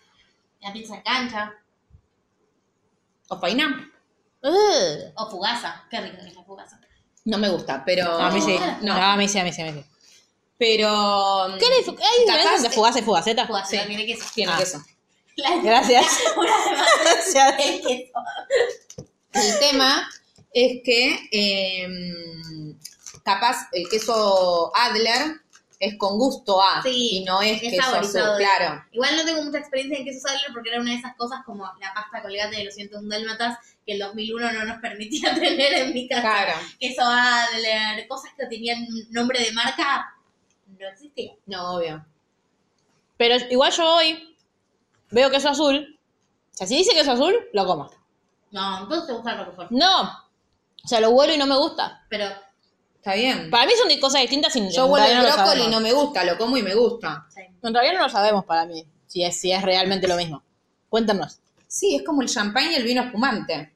S6: La pizza de cancha.
S5: O faina.
S4: Ugh.
S6: O fugaza. Qué rica que es la fugaza.
S5: No me gusta, pero.
S4: No, a mí sí. No,
S5: No.
S4: a mí sí, a mí sí, a mí sí.
S5: Pero.
S4: ¿Qué le- ¿Hay diferencia
S5: Capaz-
S4: entre fugaza y fugaceta?
S6: Fugaza
S5: Sí.
S6: no tiene queso.
S5: Tiene
S4: Ah.
S5: queso.
S6: La-
S4: Gracias.
S6: Una de más.
S4: Gracias.
S6: El queso.
S5: El tema es que eh, capaz el queso Adler es con gusto a
S6: Sí,
S5: y no es,
S6: es
S5: queso azul,
S6: saborizado.
S5: claro.
S6: Igual no tengo mucha experiencia en queso Sadler porque era una de esas cosas como la pasta colgate de los 101 dálmatas que el 2001 no nos permitía tener en mi casa.
S5: Claro.
S6: Queso Adler, cosas que tenían nombre de marca, no existía.
S5: No, obvio.
S4: Pero igual yo hoy veo queso azul. O sea, si dice queso azul, lo como.
S6: No, entonces te gusta el Roquefort.
S4: No. O sea, lo huelo y no me gusta.
S6: Pero
S5: Está bien.
S4: Para mí son di- cosas distintas sin
S5: Yo vuelvo
S4: todavía
S5: el
S4: no lo
S5: brócoli y
S4: sabemos.
S5: no me gusta, lo como y me gusta.
S6: o sea,
S4: No, Todavía no lo sabemos para mí, si es, si es realmente lo mismo. Cuéntanos.
S5: Sí, es como el champán y el vino espumante.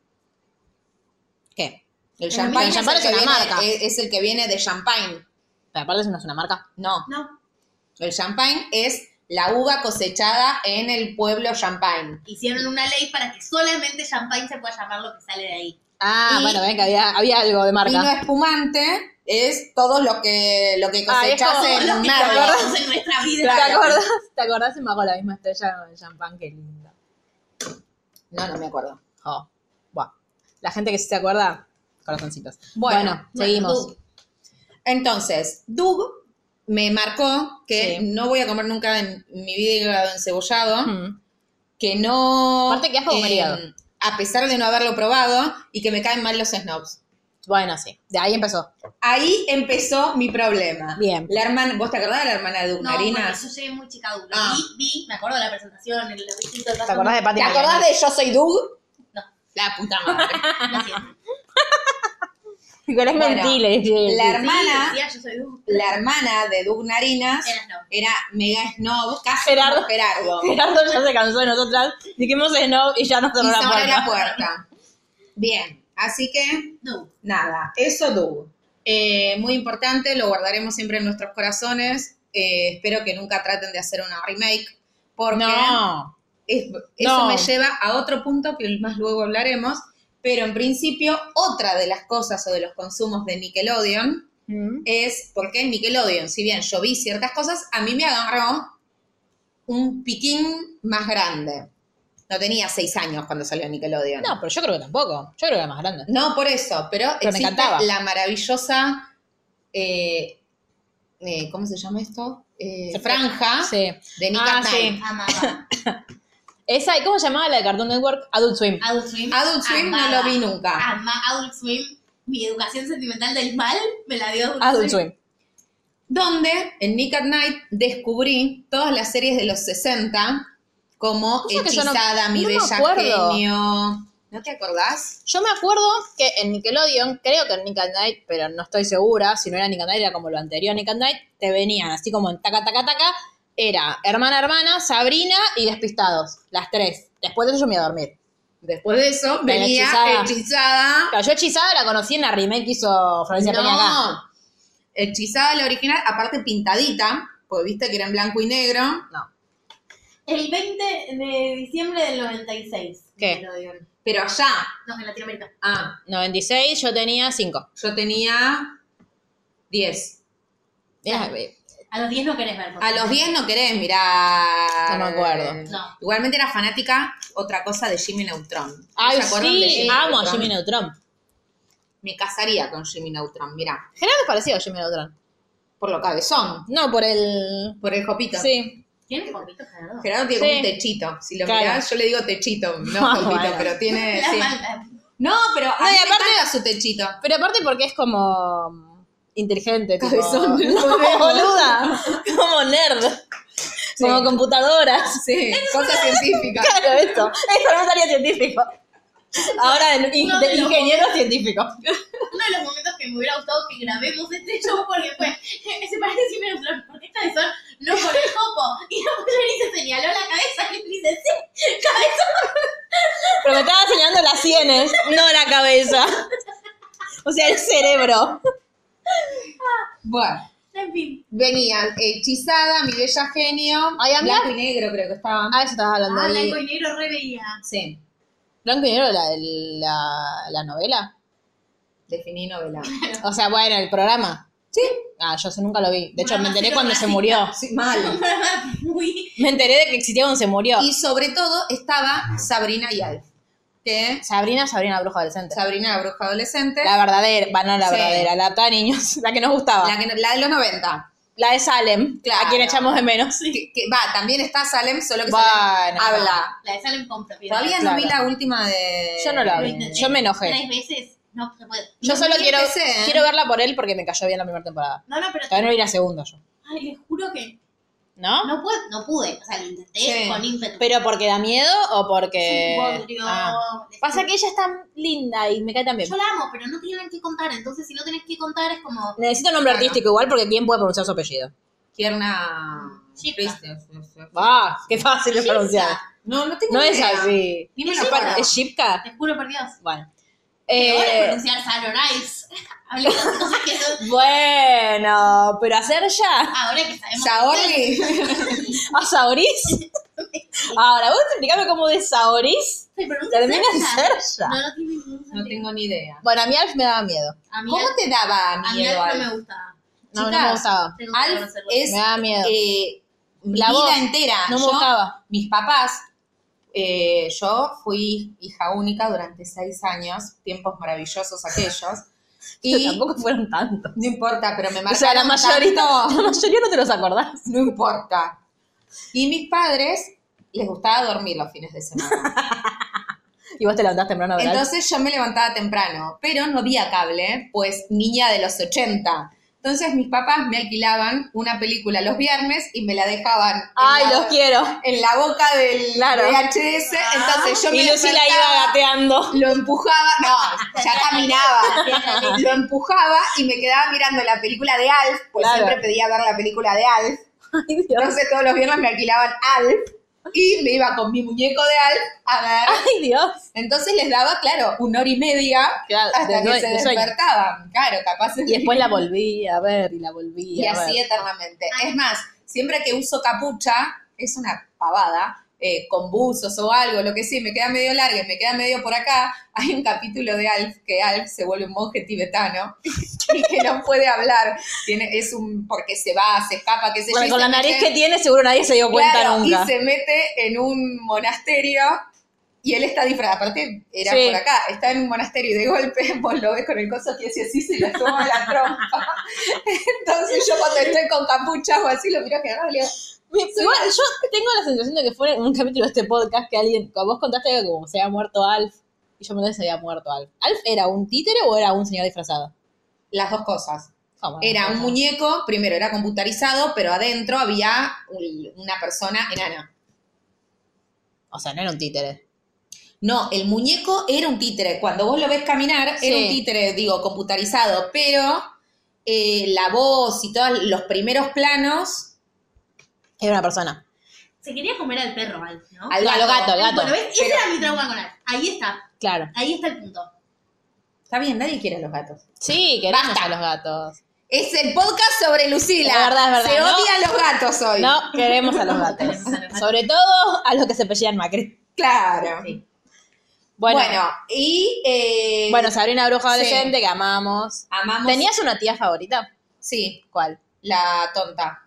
S4: ¿Qué?
S5: El
S4: Pero
S5: champán
S4: el
S5: es,
S4: champán
S5: el
S4: es
S5: que
S4: una
S5: viene-
S4: marca.
S5: es- es el que viene de champán.
S4: Pero aparte eso no es una marca.
S5: No,
S6: no.
S5: el champán es la uva cosechada en el pueblo champán.
S6: Hicieron una ley para que solamente champagne se pueda llamar lo que sale de ahí.
S4: Ah,
S5: Y-
S4: bueno, ven que había, había algo de marca.
S5: Vino espumante es todo lo que, lo que
S4: Ah, es
S5: cosechás
S4: como
S5: en
S6: Lo que
S5: nada.
S6: comemos en nuestra vida.
S4: ¿Te acordás? ¿Te acordás? Y me hago la misma estrella con el champán, qué lindo.
S5: No, no me acuerdo.
S4: Oh, buah. La gente que sí se acuerda, corazoncitos.
S5: Bueno,
S4: Bueno,
S5: bueno,
S4: seguimos.
S5: Doug. Entonces, Doug me marcó que
S4: Sí.
S5: no voy a comer nunca en mi vida hígado encebollado.
S4: Mm.
S5: que no. eh,
S4: Aparte que asco comer hígado.
S5: A pesar de no haberlo probado y que me caen mal los snobs.
S4: Bueno, sí. De ahí empezó.
S5: Ahí empezó mi problema.
S4: Bien.
S5: La hermana, ¿vos te acordás de la hermana de
S6: No, bueno,
S5: Ducnarinas?
S6: yo llegué muy chica dura.
S5: Ah.
S6: Vi, vi, me acuerdo de la presentación, el distinto
S4: ¿Te acordás de Patty
S5: ¿Te acordás de Yo Soy Doug?
S6: No.
S5: La puta madre.
S4: Nicolás
S5: Bueno,
S4: Mentí, le dije.
S5: la hermana,
S6: Decía, yo soy dura.
S5: la hermana de Doug Narinas
S6: Era no.
S5: era mega snob, casi
S4: Gerardo.
S5: como Gerardo.
S4: Gerardo ya se cansó de nosotras. Dijimos no y ya nos
S5: Y
S4: cerró la
S5: se abre
S4: puerta.
S5: la puerta. Bien, así que
S6: No.
S5: nada, eso Doug. Eh, muy importante, lo guardaremos siempre en nuestros corazones. Eh, espero que nunca traten de hacer una remake, porque
S4: No.
S5: es- eso
S4: No.
S5: me lleva a otro punto que más luego hablaremos. Pero en principio, otra de las cosas o de los consumos de Nickelodeon
S4: Mm.
S5: es porque en Nickelodeon, si bien yo vi ciertas cosas, a mí me agarró un piquín más grande. No tenía seis años cuando salió Nickelodeon.
S4: No, pero yo creo que tampoco. Yo creo que era más grande.
S5: No, por eso, pero,
S4: me
S5: existe
S4: encantaba.
S5: la maravillosa, eh, eh, ¿cómo se llama esto? Eh,
S4: Se-
S5: franja
S4: Sí.
S5: de Nick
S4: Ah,
S5: at
S4: sí.
S5: Night.
S6: Amaba.
S4: Esa, ¿y ¿cómo se llamaba la de Cartoon Network? Adult Swim.
S6: Adult Swim.
S5: Adult Swim
S4: Ah,
S5: no
S6: amaba.
S5: lo vi nunca.
S6: Ama Adult Swim. Mi educación sentimental del mal me la dio Adult,
S4: Adult Swim.
S5: Donde en Nick at Night descubrí todas las series de los 60 como
S4: Cosa que yo no-
S5: Hechizada, Mi
S4: no me
S5: Bella
S4: acuerdo.
S5: Genio. ¿No te acordás?
S4: Yo me acuerdo que en Nickelodeon, creo que en Nick at Night, pero no estoy segura, si no era Nick at Night, era como lo anterior a Nick at Night, te venían así como en taca, taca, taca, era hermana, hermana, Sabrina y Despistados, las tres. Después de eso yo me iba a dormir.
S5: Después de eso
S4: Venía
S5: venía
S4: hechizada.
S5: hechizada.
S4: Claro, yo hechizada la conocí en la remake que hizo Florencia Peña acá.
S5: No, hechizada la original, aparte pintadita, porque viste que era en blanco y negro.
S6: El 20 de diciembre del 96.
S4: ¿Qué?
S6: Nickelodeon.
S5: Pero allá,
S6: No, en Latinoamérica.
S5: ah,
S4: 96, yo tenía 5.
S5: yo tenía 10.
S6: A los 10 no querés verlo.
S5: A los 10 no querés mirar.
S4: No me acuerdo.
S6: No.
S5: Igualmente era fanática, otra cosa, de Jimmy Neutron. ¿No
S4: Ay,
S5: se acuerdan de
S4: sí, amo a
S5: Neutron?
S4: Jimmy Neutron.
S5: Me casaría con Jimmy Neutron, mirá.
S4: Gerardo es parecido a Jimmy Neutron.
S5: Por lo cabezón,
S4: No, por el...
S5: por el copito.
S4: Sí.
S6: ¿Tienes poquito, Gerardo?
S5: Gerardo tiene
S4: Sí.
S5: como un techito. Si lo
S4: Claro.
S5: mirás, yo le digo techito, no
S4: Ah,
S5: copito,
S4: bueno.
S5: pero tiene.
S6: La
S5: sí.
S6: maldad.
S5: No, pero a
S4: No, y
S5: mí
S4: aparte-
S5: me encanta su techito.
S4: Pero aparte porque es como... mm, Inteligente, tipo-
S5: Cabezón,
S4: No, boluda. Como nerd. Como computadoras.
S5: Sí, cosa científica.
S4: Claro, esto. Esto no estaría científico. Ahora de,
S6: No,
S4: de
S6: no.
S4: ingeniero científico.
S6: Uno de los momentos que me hubiera gustado que grabemos este show porque fue, se parece a Jimmy Neutron, porque esta vez son no por el copo. Y la mujer ni se señaló la cabeza y dice, sí, cabezón.
S4: Pero me estaba enseñando las sienes, no la cabeza. O sea, el cerebro.
S5: Bueno,
S6: En fin.
S5: venían hechizada, mi bella genio,
S4: Ay, a mí-
S5: blanco y negro creo que estaba.
S4: Ah, eso estabas hablando
S6: Ah,
S4: ahí.
S6: blanco y negro reveía.
S5: Sí,
S4: Blanco y negro, la, la, la novela.
S5: definí novela.
S4: O sea, bueno, el programa.
S5: Sí,
S4: Ah, yo eso nunca lo vi. De hecho,
S6: Mamá,
S4: me enteré
S6: pero
S4: cuando se
S6: racista.
S4: murió.
S5: sí, mal.
S6: Muy.
S4: Me enteré de que existía cuando se murió.
S5: Y sobre todo estaba Sabrina y Alf, que
S4: Sabrina, Sabrina, la bruja adolescente.
S5: Sabrina la bruja adolescente,
S4: La verdadera, va, no la
S5: Sí.
S4: verdadera, la adaptada a niños, la que nos gustaba.
S5: la,
S4: La,
S5: que no- la de los 90.
S4: de Salem,
S5: Claro.
S4: a quien echamos de menos.
S5: Que, que- va, también está Salem, solo que
S4: Bueno.
S5: Salem habla.
S6: La de Salem con propiedad.
S5: Todavía no
S4: Claro.
S5: vi la última de...
S4: Yo no la
S6: Lo
S4: vi.
S6: intenté
S4: Yo me enojé.
S6: Tres veces. No se puede.
S4: Yo solo
S5: ni
S4: quiero,
S5: empecé, ¿eh?
S4: quiero verla por él porque me cayó bien la primera temporada.
S6: No, no, pero.
S4: Todavía no iré a segunda yo.
S6: Ay, les juro que.
S4: ¿No?
S6: No pude. No pude. O sea, lo intenté
S5: Sí.
S6: con ímpetu.
S4: ¿Pero porque da miedo o
S6: Es un
S4: porque.?
S6: bodrio.
S4: Ah. Pasa que ella es tan linda y me cae tan bien.
S6: Yo la amo, pero no tienen que contar. Entonces, si no tenés que contar, es como.
S4: Necesito nombre
S5: Claro.
S4: artístico igual porque ¿quién puede pronunciar su apellido?
S5: Tierna...
S6: Chica.
S4: ¡Ah! ¡Qué fácil de pronunciar!
S5: No, no tengo
S4: No es
S5: idea.
S4: así.
S5: Ni me
S4: ¿Es
S5: lo
S4: Shipka?
S5: acuerdo.
S4: ¿Es Shipka?
S6: Te juro por Dios.
S4: Bueno.
S6: Te voy a
S4: Eh,
S6: pronunciar Saturn Ice. Hablemos de cosas que son-
S4: bueno, pero hacer ya.
S6: Ahora que sabemos.
S5: Saori.
S4: ¿A Saoris? Ahora, vos explicame cómo de Saoris
S6: Se pronuncia
S4: termina en
S6: Serya.
S4: Serya.
S6: No, no tiene ningún sentido.
S5: No tengo ni idea.
S4: Bueno, a mí Alf me daba miedo.
S6: A mí,
S5: ¿Cómo te daba
S6: a mí
S5: miedo
S6: Alf no
S5: Alf?
S6: me gustaba.
S4: No, no me
S5: Chicas,
S4: gustaba.
S6: Tengo que
S5: Alf
S6: reconocerlo.
S5: es
S4: Me daba miedo.
S5: eh,
S4: La
S5: vida
S4: voz.
S5: entera.
S4: No me
S5: Yo-
S4: gustaba.
S5: Mis papás, eh, yo fui hija única durante seis años, tiempos maravillosos aquellos.
S4: Y
S5: Y
S4: tampoco fueron tantos.
S5: no importa, pero me
S4: O
S5: marcaron
S4: sea, la mayoría,
S5: tanto.
S4: la mayoría no te los acordás.
S5: No importa. Y mis padres les gustaba dormir los fines de semana.
S4: y vos te levantás temprano, ¿verdad?
S5: Entonces yo me levantaba temprano, pero no había cable, pues niña de los 80. Entonces mis papás me alquilaban una película los viernes y me la dejaban en,
S4: Ay,
S5: la,
S4: los quiero.
S5: en la boca del
S4: Claro.
S5: VHS. Entonces yo me
S4: Y Lucy la
S5: despertaba,
S4: iba gateando.
S5: lo empujaba, no, ya caminaba, lo empujaba y me quedaba mirando la película de Alf, pues
S4: Claro.
S5: siempre pedía ver la película de Alf.
S4: Ay, Dios.
S5: Entonces todos los viernes me alquilaban Alf y me iba con mi muñeco de Alf a ver
S4: Ay, Dios.
S5: entonces les daba, claro, una hora y media
S4: Claro,
S5: hasta
S4: de
S5: que
S4: sue-
S5: se
S4: de sueño.
S5: despertaban. Claro, capaz.
S4: Y después la volví a ver y la volví
S5: Y
S4: a ver.
S5: así eternamente. Es más, siempre que uso capucha, es una pavada, eh, con buzos o algo, lo que sí, me queda medio larga y me queda medio por acá. Hay un capítulo de Alf que Alf se vuelve un monje tibetano y que no puede hablar. Tiene, es un porque se va, se escapa, qué sé yo.
S4: Bueno,
S5: y
S4: con
S5: se
S4: la nariz
S5: mete-
S4: que tiene seguro nadie se dio cuenta
S5: Claro,
S4: nunca.
S5: Y se mete en un monasterio y él está disfrazado. Aparte, era
S4: Sí.
S5: por acá, está en un monasterio y de golpe vos lo ves con el coso que hace así, se le asoma la trompa. Entonces yo cuando estoy con capucha o así, lo miro que no, le digo,
S4: Igual, yo tengo la sensación de que fue en un capítulo de este podcast que alguien, vos contaste algo como se había muerto Alf, y yo me enteré que se había muerto Alf. ¿Alf era un títere o era un señor disfrazado?
S5: Las dos cosas.
S4: ¿Cómo
S5: Era un
S4: disfrazado?
S5: muñeco, primero era computarizado, pero adentro había un- una persona enana.
S4: O sea, no era un títere.
S5: No, el muñeco era un títere. Cuando vos lo ves caminar, era
S4: Sí.
S5: un títere, digo, computarizado, pero eh, la voz y todos los primeros planos.
S4: Era una persona.
S6: Se quería comer al perro, Alf, ¿no?
S5: Al
S4: No,
S5: gato.
S4: lo gato, el gato.
S6: Bueno, ¿ves? Ese era mi trauma con Alf. Ahí está,
S4: Claro.
S6: ahí está el punto.
S5: Está bien, nadie quiere a los gatos.
S4: Sí, queremos
S5: Basta.
S4: a los gatos.
S5: Es el podcast sobre Lucila.
S4: Es verdad, es verdad,
S5: Se
S4: ¿no?
S5: odian los gatos hoy.
S4: No, queremos a los gatos. Sobre todo a los que se pelean Macri.
S5: Claro.
S6: Sí.
S4: Bueno,
S5: Bueno,
S4: bueno,
S5: y. eh,
S4: Sabrina Bruja
S5: Sí.
S4: Adolescente, que amamos.
S5: Amamos.
S4: ¿Tenías una tía favorita?
S5: Sí,
S4: ¿Cuál?
S5: la tonta.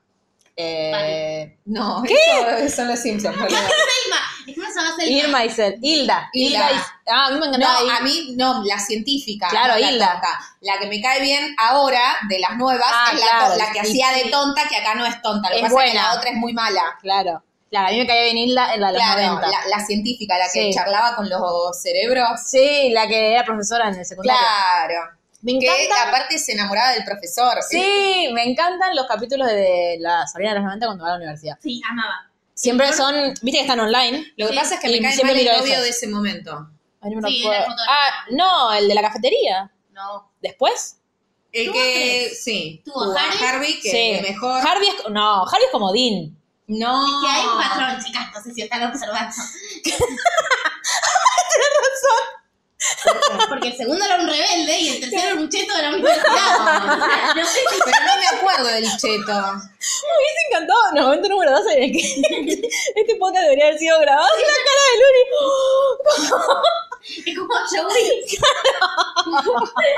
S4: Eh,
S5: No, eso son los Simpsons. perdón.
S6: Selma, es que no se llama Selma.
S4: Irma y Cel- Hilda.
S5: Hilda.
S4: Hilda. y- Ah, a mí me
S5: No,
S4: encantaba
S5: a mí no, la científica.
S4: Claro,
S5: no la
S4: Hilda.
S5: tonta. La que me cae bien ahora, de las nuevas,
S4: Ah,
S5: es la,
S4: claro.
S5: to- la que
S4: Y-
S5: hacía de tonta, que acá no es tonta. Lo que
S4: Es
S5: pasa es que
S4: buena.
S5: la otra es muy mala.
S4: Claro. Claro, a mí me caía bien Hilda en la de los
S5: Claro,
S4: 90.
S5: la, la científica, la que
S4: Sí.
S5: charlaba con los cerebros.
S4: Sí, la que era profesora en el secundario.
S5: Claro.
S4: Me
S5: Que
S4: encanta.
S5: aparte se enamoraba del profesor.
S4: Sí, me encantan los capítulos de la Sabrina de los 90 cuando va a la universidad.
S6: Sí, amaba.
S4: Siempre son, viste que están online.
S5: Lo que pasa es que me
S4: Y
S5: cae
S4: siempre
S5: mal el
S4: miro
S5: novio
S4: esos.
S5: de ese momento.
S4: Ay, no me
S6: Sí,
S4: acuerdo.
S6: era el fotógrafo.
S4: ah, no, el de la cafetería.
S6: No.
S4: ¿Después?
S5: El
S6: ¿Tuvo
S5: que,
S6: tres?
S5: sí,
S6: ¿Tuvo
S5: tuvo a
S6: Harvey?
S5: Harvey, que es el mejor.
S4: Harvey es, no, Harvey es como Dean.
S5: no.
S6: Que hay un patrón, chicas, no sé si están observando. razón. Porque el segundo era un rebelde y el tercero era un cheto de la universidad. No sé si
S5: Pero no me acuerdo del cheto.
S4: Me encantó. No, momento número 2 en el que este podcast debería haber sido grabado. La cara de Luri.
S6: es como Joey.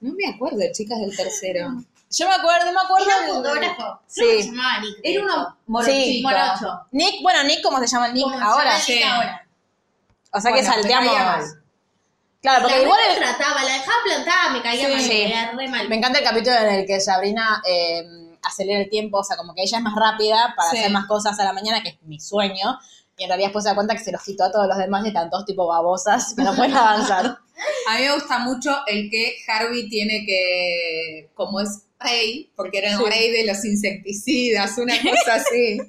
S5: No me acuerdo, chicas, del tercero.
S4: Yo me acuerdo, no me acuerdo.
S6: Era un
S4: del-
S6: fotógrafo.
S4: Sí.
S6: Creo que se llamaba Nick.
S5: Era uno
S4: Sí,
S5: morochito.
S6: morocho.
S4: Nick, bueno, Nick, ¿cómo se llama Nick
S6: Como se
S4: ahora?
S6: llama Nick
S5: sí.
S6: ahora.
S4: O sea que
S5: Bueno, me
S4: salteamos.
S5: caía mal.
S4: Claro, porque
S6: la
S4: igual
S6: re
S4: el-
S6: trataba, la dejaba plantada, me caía
S4: Sí.
S6: mal,
S4: Sí.
S6: me caía re mal.
S4: me encanta el capítulo en el que Sabrina eh, acelera el tiempo, o sea, como que ella es más rápida para
S5: Sí.
S4: hacer más cosas a la mañana, que es mi sueño. Y en realidad después se da cuenta que se los quitó a todos los demás y están todos tipo babosas, pero pueden avanzar.
S5: A mí me gusta mucho el que Harvey tiene que, como es rey, porque era el rey de los insecticidas, una cosa así,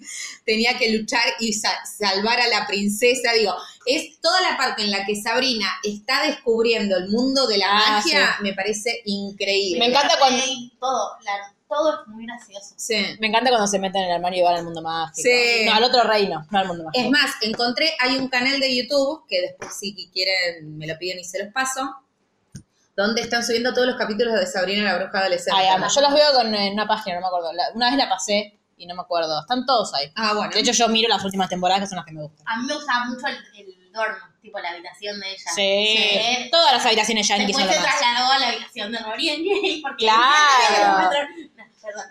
S5: tenía que luchar y sa- salvar a la princesa. Digo, es toda la parte en la que Sabrina está descubriendo el mundo de la
S4: Ah,
S5: magia, me parece increíble.
S4: Me encanta cuando-
S6: Ey, todo, la- todo es muy gracioso.
S5: Sí.
S4: Me encanta cuando se meten en el armario y van al mundo mágico.
S5: Sí.
S4: No, al otro reino, no al mundo mágico.
S5: Es más, encontré, hay un canal de YouTube, que después si quieren me lo piden y se los paso, donde están subiendo todos los capítulos de Sabrina la Bruja Adolescente.
S4: Ay, amo. Yo los veo con, en una página, no me acuerdo. La- una vez la pasé y no me acuerdo. Están todos ahí.
S5: Ah, bueno.
S4: De hecho, yo miro las últimas temporadas que son las que me gustan.
S6: A mí me gustaba mucho el, el dorm, tipo la habitación de ella.
S4: Sí.
S6: Sí.
S4: Todas las habitaciones yankees son
S6: Después
S4: lo
S6: se
S4: más.
S6: trasladó a la habitación de Rory Gay porque
S4: Claro.
S6: No, perdón.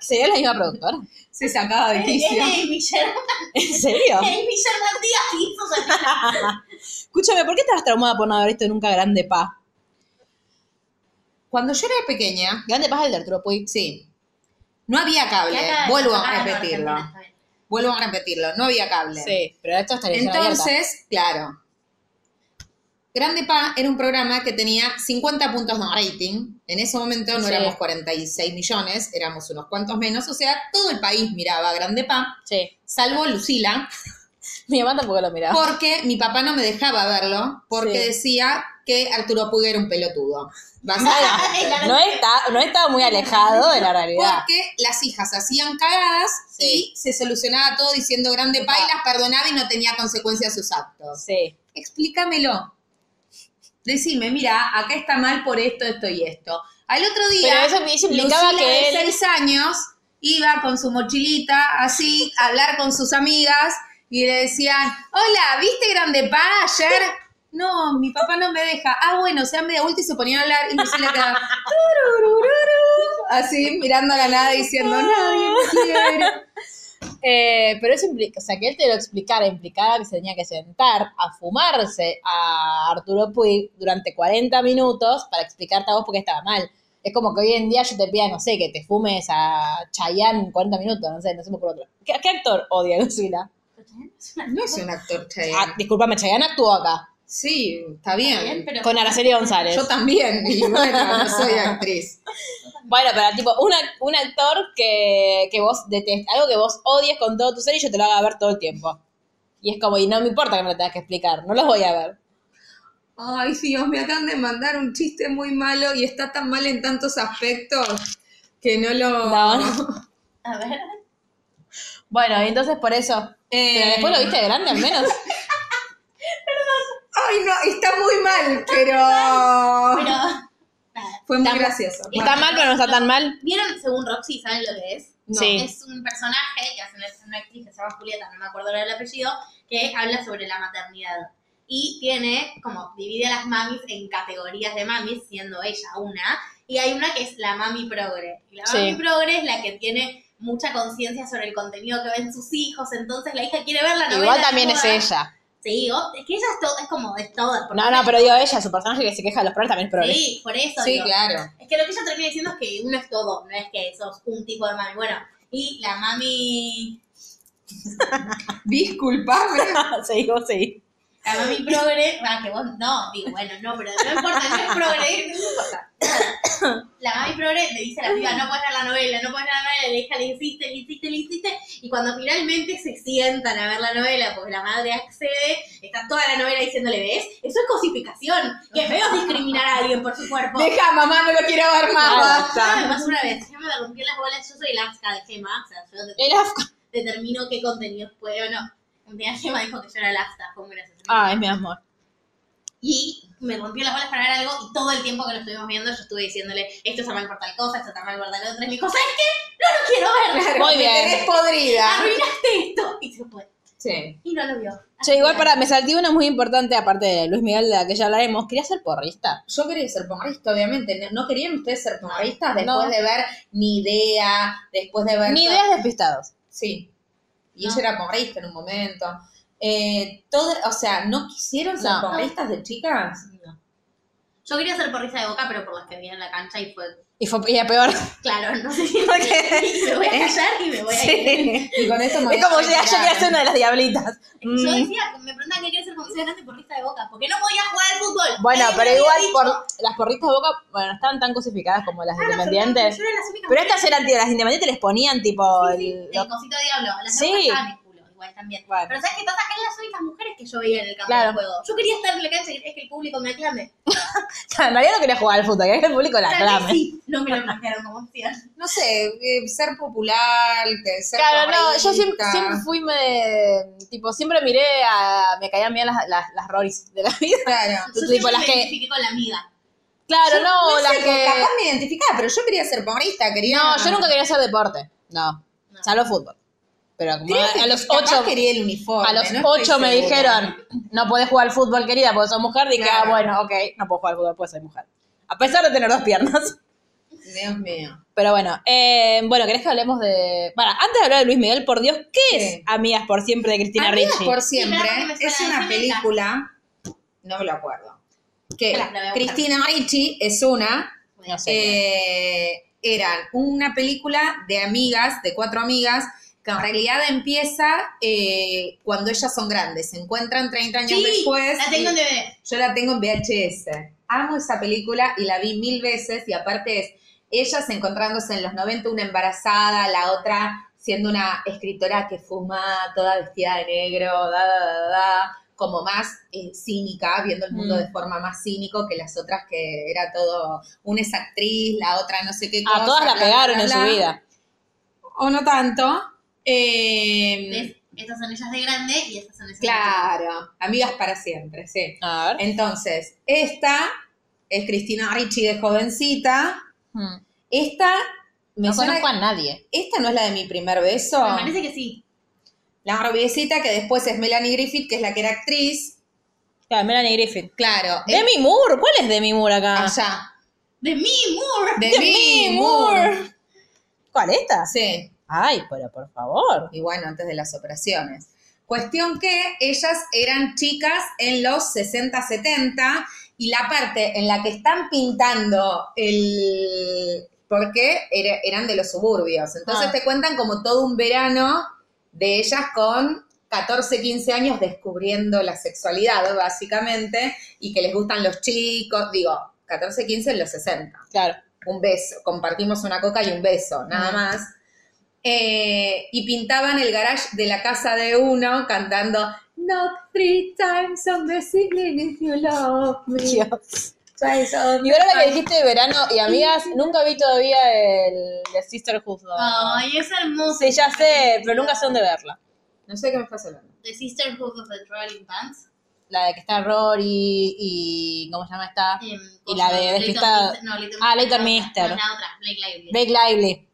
S4: ¿Sería la misma productora?
S5: Se sacaba de
S6: Es
S5: quicio.
S6: Amy Sherman,
S4: ¿En serio?
S6: Amy Sherman Díaz y hizo Sabrina.
S4: Escúchame, ¿por qué estabas traumada por no haber visto nunca Grande Pa?
S5: Cuando yo era pequeña,
S4: Grande Pa es el de Arturo Puig.
S5: sí, no había
S6: Que
S5: cable.
S6: acá-
S5: Vuelvo a
S6: acá no,
S5: repetirlo.
S6: Argentina, está bien.
S5: Vuelvo a repetirlo. No había cable.
S4: Sí, pero esto es televisión abierta.
S5: Entonces, claro. Grande Pa era un programa que tenía 50 puntos de rating. En ese momento no
S4: Sí.
S5: éramos 46 millones, éramos unos cuantos menos. O sea, todo el país miraba a Grande Pa,
S4: Sí.
S5: salvo Lucila,
S4: Mi mamá tampoco lo
S6: Ah.
S4: miraba.
S5: porque mi papá no me dejaba verlo, porque
S4: Sí.
S5: decía que Arturo Puig era un pelotudo. Básicamente.
S4: No, está, no estaba muy alejado de la realidad.
S5: Porque las hijas hacían cagadas y se solucionaba todo diciendo grande pa y las perdonaba y no tenía consecuencias sus actos.
S4: Sí.
S5: Explícamelo. Decime, mira, acá está mal por esto, esto y esto. Al otro día,
S4: Pero eso- eso implicaba
S5: Lucila
S4: que
S5: de
S4: él-
S5: seis años iba con su mochilita así a hablar con sus amigas y le decían, hola, ¿viste Grande Pa ayer? No, mi papá no me deja. Ah, bueno, se dan media vuelta y se ponían a hablar y Lucila quedaba "Tururururu", así mirando a la nada diciendo, nadie me quiere.
S4: Eh, pero eso implica, o sea, que él te lo explicara, implicaba que se tenía que sentar a fumarse a Arturo Puig durante 40 minutos para explicarte a vos por qué estaba mal. Es como que hoy en día yo te pida, no sé, que te fumes a Chayanne 40 minutos, no sé, no sé por otro. ¿Qué, qué actor odia a Lucila?
S5: No es un actor, che.
S4: Ah, discúlpame, Chayanne actuó acá,
S5: Sí, está bien.
S6: pero
S4: con Araceli González.
S5: Yo también, y bueno, no soy actriz.
S4: Bueno, pero tipo, una, un actor que, que vos detestes, algo que vos odies con todo tu ser y yo te lo haga ver todo el tiempo. Y es como, y no me importa que me lo tengas que explicar, no los voy a ver.
S5: Ay, Dios, me acaban de mandar un chiste muy malo y está tan mal en tantos aspectos que no lo...
S4: No, no.
S6: A ver.
S4: Bueno, y entonces por eso.
S5: Eh,
S4: Pero después lo viste de grande al menos.
S5: Ay, no, está muy mal, pero...
S6: Pero.
S5: Fue muy
S4: Está-
S5: gracioso.
S4: Y está mal, pero no está tan mal.
S6: ¿Vieron según Roxy? ¿Saben lo que es?
S4: No. Sí.
S6: Es un personaje que hace una, es una actriz que se llama Julieta, no me acuerdo ahora el apellido, que habla sobre la maternidad. Y tiene, como, divide a las mamis en categorías de mamis, siendo ella una. Y hay una que es la mami progre. Y la
S4: Sí.
S6: mami progre es la que tiene mucha conciencia sobre el contenido que ven sus hijos, entonces la hija quiere ver la novela.
S4: Igual también
S6: de
S4: es
S6: moda.
S4: ella.
S6: Sí, o- es que ella es, todo, es como de todas. porque-
S4: No, no, pero digo ella, su personaje que se queja de los problemas también es progre.
S6: Sí, por eso.
S5: Sí,
S6: digo.
S5: claro.
S6: Es que lo que ella termina diciendo es que uno es todo, no es que sos un tipo de mami. Bueno, y la mami,
S5: Disculpame.
S4: Sí, vos sí.
S6: la mami progre, ah, que vos no, digo, bueno, no, pero no importa, no es progre, no importa. La mami progre le dice a la piba, no puedes ver la novela, no puedes ver la novela, le hija le insiste, le insiste, le insiste, y cuando finalmente se sientan a ver la novela, porque la madre accede, está toda la novela diciéndole, ¿ves? Eso es cosificación, que es feo discriminar a alguien por su cuerpo.
S5: Deja, mamá, no lo quiero ver
S4: Nada.
S5: más.
S6: Ya me pasó una vez, ya me rompí las bolas, yo soy la asca de Gema, o sea, yo de-
S4: Era afco.
S6: determino qué contenidos puede o no. Un día Gemma dijo que yo era lasta, fue muy gracioso.
S4: Ay, Ah, mi amor.
S6: Y me rompió las bolas para ver algo y todo el tiempo que lo estuvimos viendo yo estuve diciéndole, esto está mal por tal cosa, esto está mal por tal otra. Y me dijo, ¿sabes qué? No lo quiero ver.
S4: Muy
S5: Me
S4: bien.
S5: tenés podrida.
S6: Arruinaste esto. Y se fue.
S5: Sí.
S6: Y no lo vio.
S4: Che, igual para, me salté una muy importante, aparte de Luis Miguel, de la que ya hablaremos. Quería ser porrista.
S5: Yo quería ser porrista, obviamente. ¿No- ¿No querían ustedes ser porristas después
S4: No.
S5: de ver Ni Idea, después de ver...
S4: Ni
S5: todo-
S4: ideas despistados.
S5: Sí. Y
S6: No.
S5: ella era porrista en un momento. Eh, todo, o sea, ¿no quisieron ser
S4: No.
S5: porristas de chicas?
S6: No. Yo quería ser porrista de boca, pero por las que vi en la cancha y fue,
S4: Y fue y era peor.
S6: claro, no sé si me voy a callar y me voy a ir.
S4: Eh, Sí.
S5: Y con esto me
S4: Es como yo,
S5: voy a
S4: yo quería ser una de las diablitas.
S6: Yo
S4: Mm.
S6: decía, me preguntan qué quería ser cuando sea grande porrista de boca, porque no podía jugar al fútbol.
S4: Bueno,
S6: Nadie me
S4: pero
S6: había
S4: igual
S6: dicho.
S4: por, las porristas de boca, bueno, no estaban tan cosificadas como las de
S6: Ah, no,
S4: independientes.
S6: yo era las únicas
S4: Pero estas eran, tío, las independientes les ponían tipo
S6: Sí,
S4: el-
S6: el cosito diablo, las
S4: Sí.
S6: demás estaban en culo, igual también.
S4: Bueno.
S6: Pero ¿sabes qué pasa? Que eran las únicas mujeres que yo veía en el campo
S4: Claro.
S6: de juego. Yo quería estar en la cancha y quería que el público me aclame.
S4: en realidad no quería jugar al fútbol, quería que el público la
S6: Tal vez
S4: clame.
S6: sí, no me lo plantearon como opción.
S5: No sé, eh, ser popular, que ser
S4: Claro, no, yo siempre,
S5: porrista.
S4: siempre fui, me, tipo, siempre miré a, me caían bien las, las, las Roris de la vida.
S5: Claro.
S6: Yo
S4: Tipo,
S6: siempre
S4: las
S6: me
S4: que-
S6: identifiqué con la amiga.
S4: Claro,
S5: Yo
S4: no,
S5: sé,
S4: las
S5: porque
S4: que...
S5: Capaz me identificaba, pero yo quería ser porrista, quería...
S4: No, yo nunca quería hacer deporte, no,
S6: No.
S4: salvo fútbol. Pero como
S5: Creo que
S4: a, los
S5: capaz
S4: ocho,
S5: quería el uniforme.
S4: a los
S5: no estoy
S4: ocho me
S5: segura.
S4: dijeron, no podés jugar al fútbol, querida, porque sos mujer, dije,
S5: Claro.
S4: ah, bueno, ok, no puedo jugar al fútbol, pues soy mujer. A pesar de tener dos piernas.
S5: Dios mío.
S4: Pero bueno, eh, bueno, ¿querés que hablemos de. Para, antes de hablar de Luis Miguel, por Dios, ¿qué
S5: Sí.
S4: es Amigas por siempre de Cristina
S5: Amigas
S4: Ricci?
S5: por siempre
S6: Sí, pero no me
S5: es
S6: suena,
S5: una
S6: decime el
S5: película, no me lo acuerdo, que
S6: Espera, la voy a buscar.
S5: Cristina Ricci es una,
S4: No sé.
S5: Eh, eran una película de amigas, de cuatro amigas, En realidad empieza eh, cuando ellas son grandes, se encuentran 30 años
S6: Sí,
S5: después.
S6: la tengo
S5: y-
S6: en DVD.
S5: Yo la tengo en VHS. Amo esa película y la vi mil veces y aparte es ellas encontrándose en los 90, una embarazada, la otra siendo una escritora que fuma, toda vestida de negro, da, da, da, da, como más eh, cínica, viendo el
S7: Mm.
S5: mundo de forma más cínico que las otras que era todo, una es actriz, la otra no sé qué
S7: A Ah, todas la
S5: bla, bla,
S7: pegaron
S5: bla,
S7: en su
S5: bla.
S7: vida.
S5: O no tanto. Eh,
S6: ¿Ves? Estas son ellas de grande y estas son ellas de
S5: claro, amigas para siempre, sí.
S7: A ver.
S5: Entonces, esta es Cristina Ricci de jovencita.
S7: Hmm.
S5: Esta, me
S7: No
S5: suena-
S7: conozco a nadie.
S5: esta no es la de mi primer beso.
S6: Me parece que sí.
S5: La rubiecita que después es Melanie Griffith, que es la que era actriz.
S7: Claro, Melanie Griffith.
S5: Claro, es
S7: Demi Moore, ¿cuál es Demi Moore
S4: Ah.
S7: acá?
S5: allá.
S6: De mí, Moore.
S5: De
S7: Demi Moore. ¿Cuál esta?
S5: Sí.
S7: Ay, pero por favor.
S5: Y bueno, antes de las operaciones. Cuestión que ellas eran chicas en los 60, 70 y la parte en la que están pintando el... porque era- eran de los suburbios. Entonces
S7: Ah.
S5: te cuentan como todo un verano de ellas con 14, 15 años descubriendo la sexualidad, básicamente, y que les gustan los chicos, digo, 14, 15 en los 60
S7: Claro.
S5: un beso, compartimos una coca y un beso, nada más. Eh, y pintaban el garage de la casa de uno cantando Knock three times on the ceiling if you love me.
S7: Dios.
S5: Try so-
S7: Y ahora que dijiste de verano y amigas, nunca vi todavía el The Sisterhood. ¿no?
S6: Ay, es hermoso.
S7: Sí, ya sé, pero nunca sé dónde verla.
S5: No sé qué me estás hablando.
S6: The Sisterhood of the Rolling Pants.
S7: La de que está Rory y. ¿Cómo se llama esta?
S6: Em,
S7: Y la de
S6: cosa,
S7: Despistada.
S6: Leighton Minster- No, Leighton
S7: Ah,
S6: Minster,
S7: Leighton
S6: no,
S7: Minster.
S6: No, la otra, Blake Lively.
S7: Blake Lively.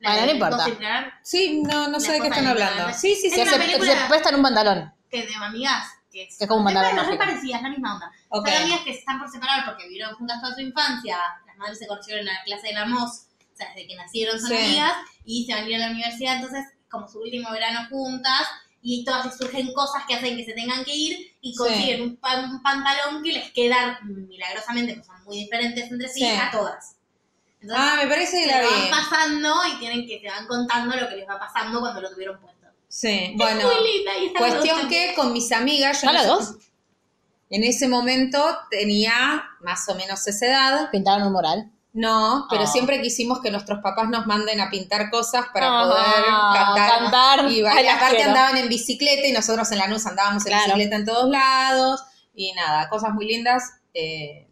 S6: La
S7: Bueno,
S6: de
S7: no importa.
S6: Gossip Girl,
S5: Sí, no, no sé de qué
S6: esposa
S5: están
S6: de
S5: hablando.
S6: Nicolás.
S5: Sí, sí,
S6: Es
S5: sí.
S7: Que
S6: una
S7: se,
S6: película.
S7: se puesta en un pantalón.
S6: que de amigas. Que es,
S7: Que es como un mandala
S6: Bueno, son
S7: mágico.
S6: parecidas, la misma onda.
S5: Ok.
S6: Son amigas que se están por separar porque vivieron juntas toda su infancia. Las madres se conocieron en la clase de la MOS. O sea, desde que nacieron son
S5: Sí.
S6: amigas y se van a ir a la universidad. Entonces, como su último verano juntas. Y todas les surgen cosas que hacen que se tengan que ir y consiguen un, pan- un pantalón que les queda milagrosamente, pues son muy diferentes entre sí,
S5: Sí.
S6: a todas. Entonces,
S5: Ah, me parece que
S6: se
S5: la
S6: lo van
S5: vi.
S6: pasando y tienen que, se van contando lo que les va pasando cuando lo tuvieron puesto.
S5: Sí, bueno.
S6: es muy linda y está
S5: Cuestión
S6: la
S5: que con mis amigas...
S7: ¿Son
S5: yo no
S7: las
S5: sé-
S7: dos?
S5: En ese momento tenía más o menos esa edad.
S7: Pintaron un mural.
S5: No, pero
S7: Ah.
S5: siempre quisimos que nuestros papás nos manden a pintar cosas para
S7: Ah,
S5: poder cantar.
S7: cantar.
S5: Y
S7: Ay,
S5: bailar.
S7: las
S5: aparte
S7: quiero.
S5: andaban en bicicleta y nosotros en la Lanús andábamos en
S7: Claro.
S5: bicicleta en todos lados. Y nada, cosas muy lindas. eh,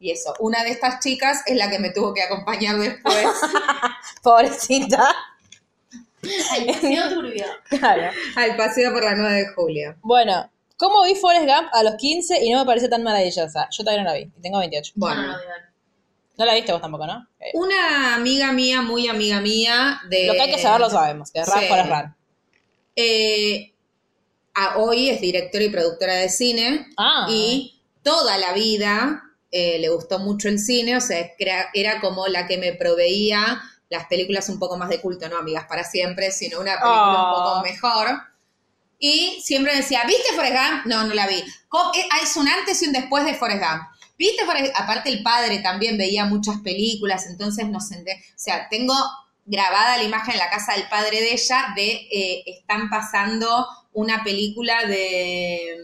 S5: y eso, una de estas chicas es la que me tuvo que acompañar después.
S7: Pobrecita.
S6: El vestido turbio.
S7: Claro.
S5: al paseo por la 9 de julio.
S7: Bueno, ¿cómo vi Forrest Gump a los 15 y no me pareció tan maravillosa? Yo todavía no la vi, y tengo 28.
S5: Bueno,
S6: No, no lo veo.
S7: No la viste vos tampoco, ¿no? Eh,
S5: una amiga mía, muy amiga mía, de...
S7: lo que hay que saber lo sabemos, que es Rap
S5: sí.
S7: Forrest Gump.
S5: Eh, a- hoy es directora y productora de cine.
S7: Ah.
S5: Y toda la vida eh, le gustó mucho el cine, o sea, era, era como la que me proveía las películas un poco más de culto, no amigas para siempre, sino una película un
S7: Oh.
S5: poco mejor. Y siempre decía, ¿viste Forrest Gump? No, no la vi. Co- eh, ah, Es un antes y un después de Forrest Gump. ¿Viste Forrest Aparte el padre también veía muchas películas, entonces no sé, O sea, tengo grabada la imagen en la casa del padre de ella de eh, están pasando una película de,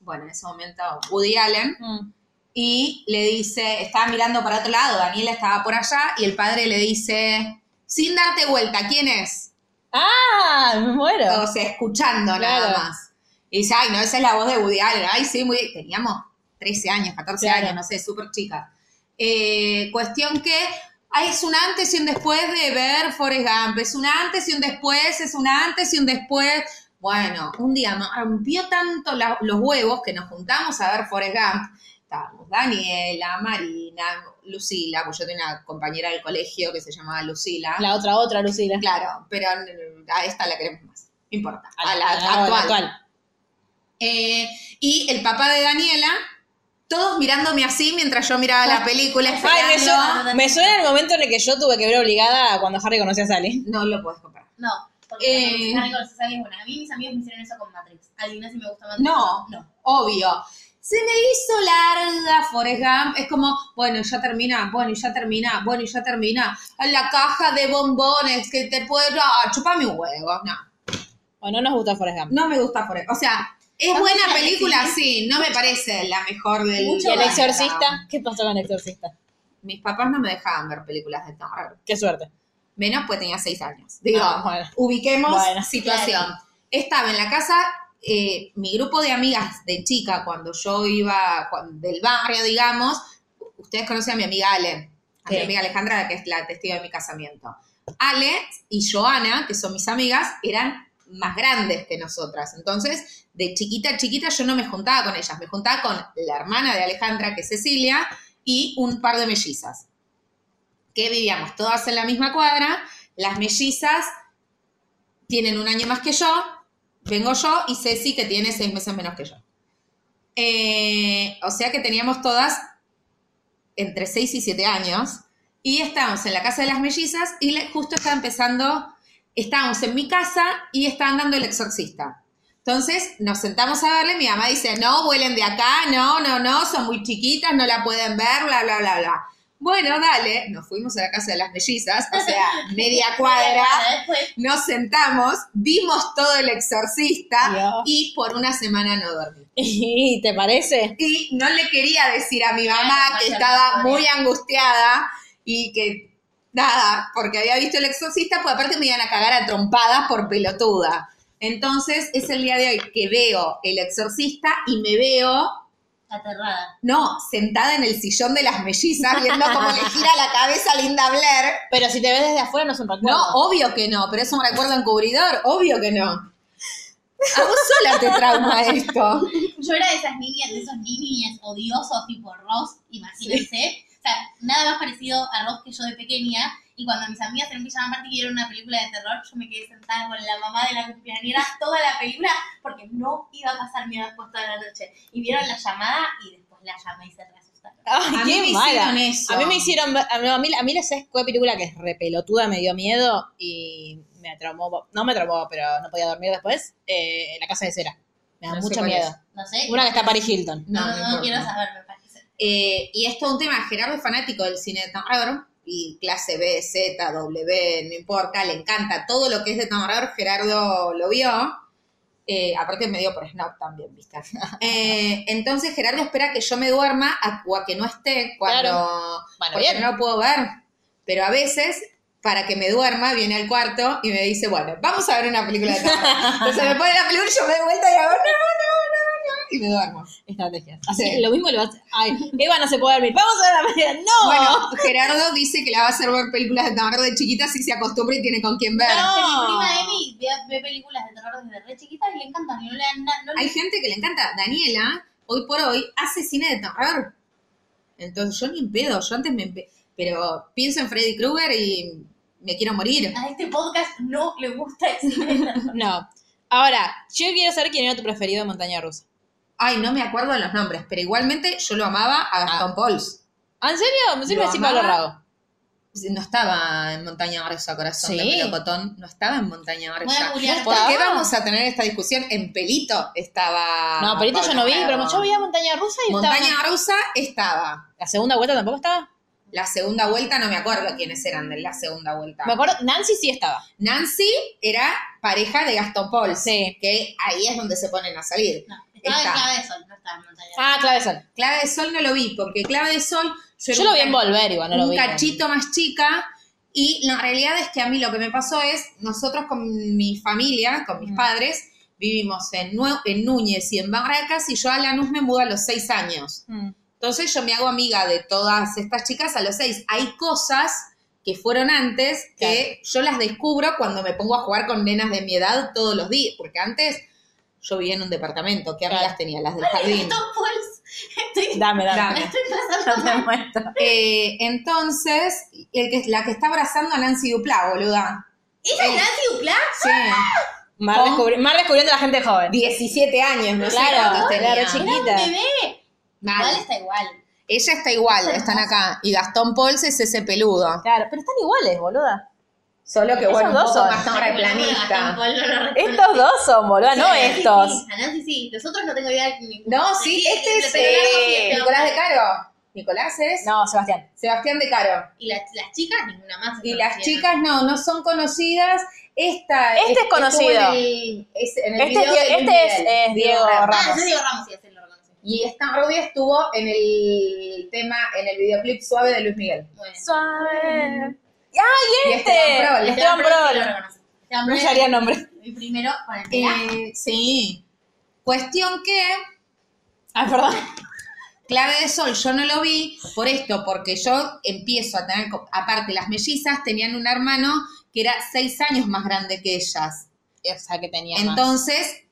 S5: bueno, en ese momento Woody Allen,
S7: Mm.
S5: y le dice, estaba mirando para otro lado, Daniela estaba por allá, y el padre le dice, sin darte vuelta, ¿quién es?
S7: ¡Ah! Me muero.
S5: O sea, escuchando
S7: Claro.
S5: nada más. Y dice, ay, no, esa es la voz de Woody Allen. Ay, sí, muy... Teníamos 13 años, 14
S7: Claro.
S5: años, no sé, súper chicas. Eh, cuestión que ay, es un antes y un después de ver Forrest Gump. Es un antes y un después, es un antes y un después. Bueno, un día me rompió tanto la- los huevos que nos juntamos a ver Forrest Gump. Estábamos Daniela, Marina, Lucila, pues yo tenía una compañera del colegio que se llamaba Lucila.
S7: La otra, otra, Lucila.
S5: Claro, pero mm, a esta la queremos más. No importa. A la,
S7: Ah,
S5: actual.
S7: la
S5: Eh, y el papá de Daniela, todos mirándome así mientras yo miraba la película,
S7: Ay, me,
S5: esperando.
S7: suena, me suena el momento en el que yo tuve que ver obligada a cuando Harry conocía a Sally.
S5: No lo puedes comprar.
S6: No,
S5: Eh.
S6: porque algo de César es bueno. A mí mis amigos me hicieron eso con Matrix. Al gimnasio me gusta Matrix.
S5: No,
S6: no.
S5: obvio. Se me hizo larga, Forrest Gump. Es como, bueno, y ya termina, bueno, y ya termina, bueno, y ya termina. La caja de bombones que te puedo... Ah, chupa mi huevo. No,
S4: O no nos gusta Forrest Gump.
S5: no me gusta Forrest O sea, es buena película, sí. No me parece la mejor del...
S4: ¿Y el
S5: del-
S4: exorcista? ¿Qué pasó con el exorcista?
S5: Mis papás no me dejaban ver películas de terror.
S4: Qué suerte.
S5: Menos pues tenía seis años. Digo,
S4: Ah, bueno.
S5: ubiquemos
S4: Bueno.
S5: situación. Estaba en la casa, eh, mi grupo de amigas de chica, cuando yo iba cu- del barrio, digamos, ustedes conocen a mi amiga Ale, a mi
S4: Sí.
S5: amiga Alejandra, que es la testigo de mi casamiento. Ale y Joana, que son mis amigas, eran más grandes que nosotras. Entonces, de chiquita a chiquita yo no me juntaba con ellas, me juntaba con la hermana de Alejandra, que es Cecilia, y un par de mellizas, que vivíamos todas en la misma cuadra. Las mellizas tienen un año más que yo, vengo yo y Ceci que tiene seis meses menos que yo. Eh, o sea que teníamos todas entre seis y siete años y estábamos en la casa de las mellizas y le- justo estaba empezando, estábamos en mi casa y estaban dando el exorcista. Entonces nos sentamos a verle, mi mamá dice, no, vuelen de acá, no, no, no, son muy chiquitas, no la pueden ver, bla, bla, bla, bla. Bueno, dale, nos fuimos a la casa de las mellizas, o sea, media cuadra, nos sentamos, vimos todo el exorcista
S4: Dios.
S5: y por una semana no dormí.
S4: ¿Y te parece?
S5: Y no le quería decir a mi mamá
S6: Claro,
S5: que
S6: vaya
S5: estaba
S6: la gloria.
S5: muy angustiada y que nada, porque había visto el exorcista, pues aparte me iban a cagar a trompadas por pelotuda. Entonces es el día de hoy que veo el exorcista y me veo,
S6: Aterrada.
S5: no, sentada en el sillón de las mellizas viendo cómo le gira la cabeza a Linda Blair.
S4: Pero si te ves desde afuera no es un recuerdo.
S5: No, obvio que no, pero es un recuerdo encubridor, obvio que no. A vos sola te trauma esto.
S6: Yo era de esas niñas, de esos niñas odiosos tipo Ross, imagínense. O sea, nada más parecido a Ross que yo de pequeña. Y cuando mis amigas se empiezan a partir que era una película de terror, yo me quedé sentada con la mamá de la cumpleañera toda la película porque no iba a pasar miedo después toda la noche. Y vieron la llamada y después la llamé y se reasustaron.
S4: Ay,
S5: A
S4: Ah, qué
S5: mí me
S4: mala.
S5: hicieron eso.
S4: A mí me hicieron. ver- A mí, a mí, a mí ¿sabes cuál película que es repelotuda me dio miedo y me traumó? No me traumó, pero no podía dormir después. Eh, la casa de cera. Me da
S5: No sé
S4: mucho
S5: cuál
S4: miedo.
S5: es.
S6: No sé.
S4: Una que está Paris Hilton.
S6: No, no,
S5: importa.
S6: quiero saber, me parece.
S5: Eh, y esto es un tema, Gerardo es fanático del cine de Tom Raider, y clase B, Z, W, no importa, le encanta todo lo que es de Tom Raider, Gerardo lo vio. Eh, aparte me dio por snob también, ¿viste? Eh, entonces Gerardo espera que yo me duerma a, o a que no esté cuando
S4: Bueno,
S5: porque
S4: bien.
S5: no lo puedo ver. Pero a veces, para que me duerma, viene al cuarto y me dice, bueno, vamos a ver una película de terror. Entonces me pone la película y yo me doy vuelta y hago, no, no, no, no, no, y me duermo.
S4: Estrategias. Así
S5: Sí.
S4: que lo mismo lo hace. Ay, Eva no se puede dormir. Vamos a ver la película. ¡No!
S5: Bueno, Gerardo dice que la va a hacer ver películas de terror de chiquita si se acostumbra y tiene con quién ver.
S4: No.
S6: Mi prima Emi ve, ve películas de terror desde re chiquita y le encantan. Y no le dan na- no le-
S5: Hay gente que le encanta. Daniela, hoy por hoy, hace cine de terror. Entonces yo ni en pedo, yo antes me... empe- Pero pienso en Freddy Krueger y me quiero morir.
S6: A este podcast no le gusta el cine de terror.
S4: No. Ahora, yo quiero saber quién era tu preferido de montaña rusa.
S5: Ay, no me acuerdo de los nombres, pero igualmente yo lo amaba a Gastón Pauls.
S4: ¿Ah, ¿En serio? Me sirve
S5: Lo
S4: así Pablo
S5: amaba.
S4: Rago.
S5: No estaba en Montaña Gruesa, corazón
S4: Sí.
S5: de melocotón. No estaba en Montaña
S6: Voy
S5: Gruesa.
S6: a googlear.
S5: ¿Por qué
S4: ¿Estaba?
S5: vamos a tener esta discusión? En Pelito estaba.
S4: No, Perito yo
S5: Pablo
S4: no vi,
S5: Rago.
S4: pero yo veía montaña rusa y estaba.
S5: Montaña Gruesa estaba.
S4: ¿La segunda vuelta tampoco estaba?
S5: La segunda vuelta, no me acuerdo quiénes eran de la segunda vuelta.
S4: Me acuerdo, Nancy sí estaba.
S5: Nancy era pareja de Gastón Paul.
S4: Sí.
S5: Que ahí es donde se ponen a salir.
S6: No, estaba
S5: Está.
S6: en clave de sol, no estaba en montaña.
S4: Ah, clave Sol.
S5: Clave de Sol no lo vi, porque Clave de Sol. era
S4: Yo lo
S5: un
S4: vi en
S5: ca-
S4: Volver igual, Ah, no lo
S5: un
S4: vi.
S5: cachito más chica. Y la realidad es que a mí lo que me pasó es, nosotros con mi familia, con mis
S4: Mm.
S5: padres, vivimos en, Nue- en Núñez y en Barracas y yo a Lanús me mudo a los seis años.
S4: Mm.
S5: Entonces yo me hago amiga de todas estas chicas a los seis. Hay cosas que fueron antes que yo las descubro cuando me pongo a jugar con nenas de mi edad todos los días, porque antes yo vivía en un departamento, ¿qué amigas tenía? Las del jardín.
S6: Tom Pauls, estoy,
S4: Dame, dame.
S5: Dame.
S6: me Ah, pues, estoy pasando mal.
S5: Eh, entonces, el que, la que está abrazando a Nancy Duplá, boluda.
S6: ¿Esa es Nancy Ducla?
S5: Sí.
S4: Mar,
S5: ¿Cómo?
S4: descubri- Mar descubriendo a la gente joven.
S5: 17 años, no sé
S4: Claro,
S5: cuántos tenía.
S4: era re chiquita.
S6: Era un bebé.
S5: Mal.
S6: Igual está igual.
S5: Ella está igual, están acá. Y Gastón Pols es ese peludo.
S4: Claro, pero están iguales, boluda.
S5: Solo que, bueno,
S4: Esos
S5: un
S4: dos
S5: poco
S4: son.
S5: más terraplanista.
S4: Estos dos son, boludo, no estos.
S6: Sí, a Nancy sí, los otros no tengo idea. de quién-
S5: No,
S6: de
S5: sí,
S6: quién-
S5: este es
S6: pero Largo sí,
S5: eh,
S6: este
S5: Nicolás
S6: hombre.
S5: de Caro. Nicolás es
S4: No, Sebastián.
S5: Sebastián de Caro.
S6: Y las, las chicas, ninguna más.
S5: Y
S6: se
S5: las
S6: conocían.
S5: chicas no, no son conocidas. Esta
S4: Este es
S5: estuvo
S4: conocido.
S5: En el, es- en el
S4: Este es
S5: video
S4: Die-
S5: de Luis
S4: este es-
S5: Miguel,
S4: es Diego
S5: Ramos.
S6: Ah,
S4: Ramos.
S6: yo digo Ramos, sí, así lo reconocí.
S5: Y esta rubia estuvo en el tema, en el videoclip suave de Luis Miguel.
S6: Bueno.
S4: Suave.
S5: Y
S4: ¡Ay,
S5: Esteban Prol.
S4: este! Esteban
S6: sí lo
S4: Prol.
S6: reconocí.
S4: No
S6: Esteban Prol,
S4: se haría nombre.
S6: el primero con el pelaje.
S5: Eh, sí. Cuestión que
S4: Ah, perdón.
S5: Clave de Sol, yo no lo vi por esto, porque yo empiezo a tener, co- aparte las mellizas tenían un hermano que era seis años más grande que ellas.
S4: O sea, que tenía
S5: Entonces,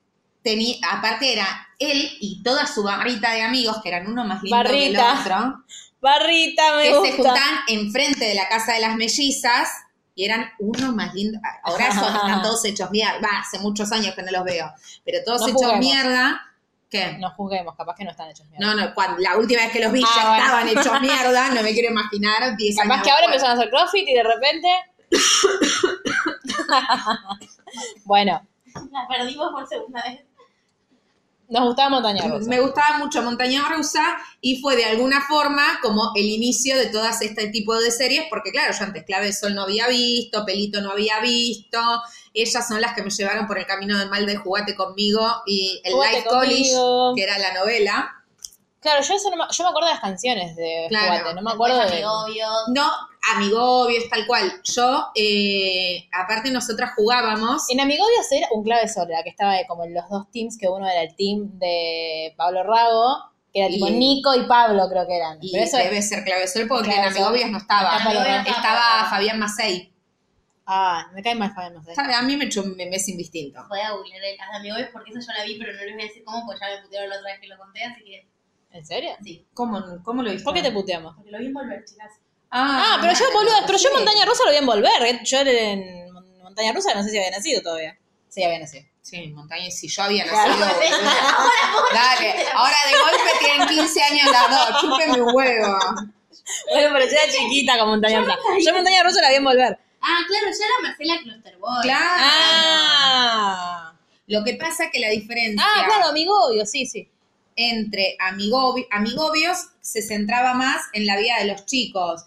S5: tenía, aparte era él y toda su barrita de amigos, que eran uno más lindo que el
S4: Barrita.
S5: otro,
S4: Barrita, me
S5: que se
S4: gusta.
S5: juntaban enfrente de la casa de las mellizas y eran uno más lindo. Ahora son, están todos hechos mierda. Va, hace muchos años que no los veo, pero todos
S4: No
S5: hechos
S4: juguemos.
S5: mierda. ¿Qué?
S4: No juzguemos, capaz que no están hechos mierda.
S5: No, no, cuando- la última vez que los vi
S4: Ah,
S5: ya
S4: bueno.
S5: estaban hechos mierda, no me quiero imaginar 10 años.
S4: Capaz que ahora
S5: después.
S4: empezaron a hacer crossfit y de repente. bueno,
S6: Las perdimos por segunda vez.
S4: nos gustaba montaña rusa.
S5: Me gustaba mucho Montaña Rusa y fue de alguna forma como el inicio de todas este tipo de series, porque claro, yo antes Clave de Sol no había visto, Pelito no había visto, ellas son las que me llevaron por el camino del mal de Jugate conmigo y el
S4: Jugate
S5: Life
S4: conmigo.
S5: College, que era la novela.
S4: Claro, yo, eso no me, yo me acuerdo de las canciones de
S5: Claro.
S4: Jugate, no me acuergo
S6: Después
S4: de.
S6: Amigobios.
S5: No, amigobios, tal cual. Yo, eh, aparte nosotras jugábamos.
S4: En Amigobios era un clave sol, la que estaba de como en los dos teams, que uno era el team de Pablo Rago, que era tipo
S5: Y-
S4: Nico y Pablo, creo que eran.
S5: Y
S4: Pero eso
S5: debe ser Clave Sol porque
S4: Clave
S5: en
S4: Sol.
S5: Amigobias no estaba.
S4: Está Pablo Rago.
S5: Estaba Fabián Macei.
S4: Ah, me cae mal Fabián, no sé.
S5: A mí me, echó- me, me es indistinto.
S6: Voy a googlear el caso de Amigobios porque eso yo la vi, pero no les voy a decir cómo, porque ya me putearon la otra vez que lo conté, así que.
S4: ¿En serio?
S6: Sí.
S5: ¿Cómo, cómo lo viste?
S4: ¿Por qué te puteamos?
S6: Porque lo vi en volver, chicas.
S4: Ah, pero yo, boluda, pero yo en Montaña Rusa lo voy a envolver. eh. Yo en Mon- Montaña Rusa no sé si había nacido todavía. Sí, había nacido.
S5: Sí, montaña, si yo había nacido. boludo. Dale, ahora de golpe tienen 15 años las dos, chúpenme un huevo.
S4: Bueno, pero yo era chiquita con Montaña Rusa. Yo en Montaña Rusa la voy a envolver.
S6: Ah, claro, ya era Marcela Clusterboy.
S5: Claro.
S4: Ah,
S5: Lo que pasa que la diferencia
S4: ah claro, Amigobios, sí, sí.
S5: entre amigobi- amigobios se centraba más en la vida de los chicos.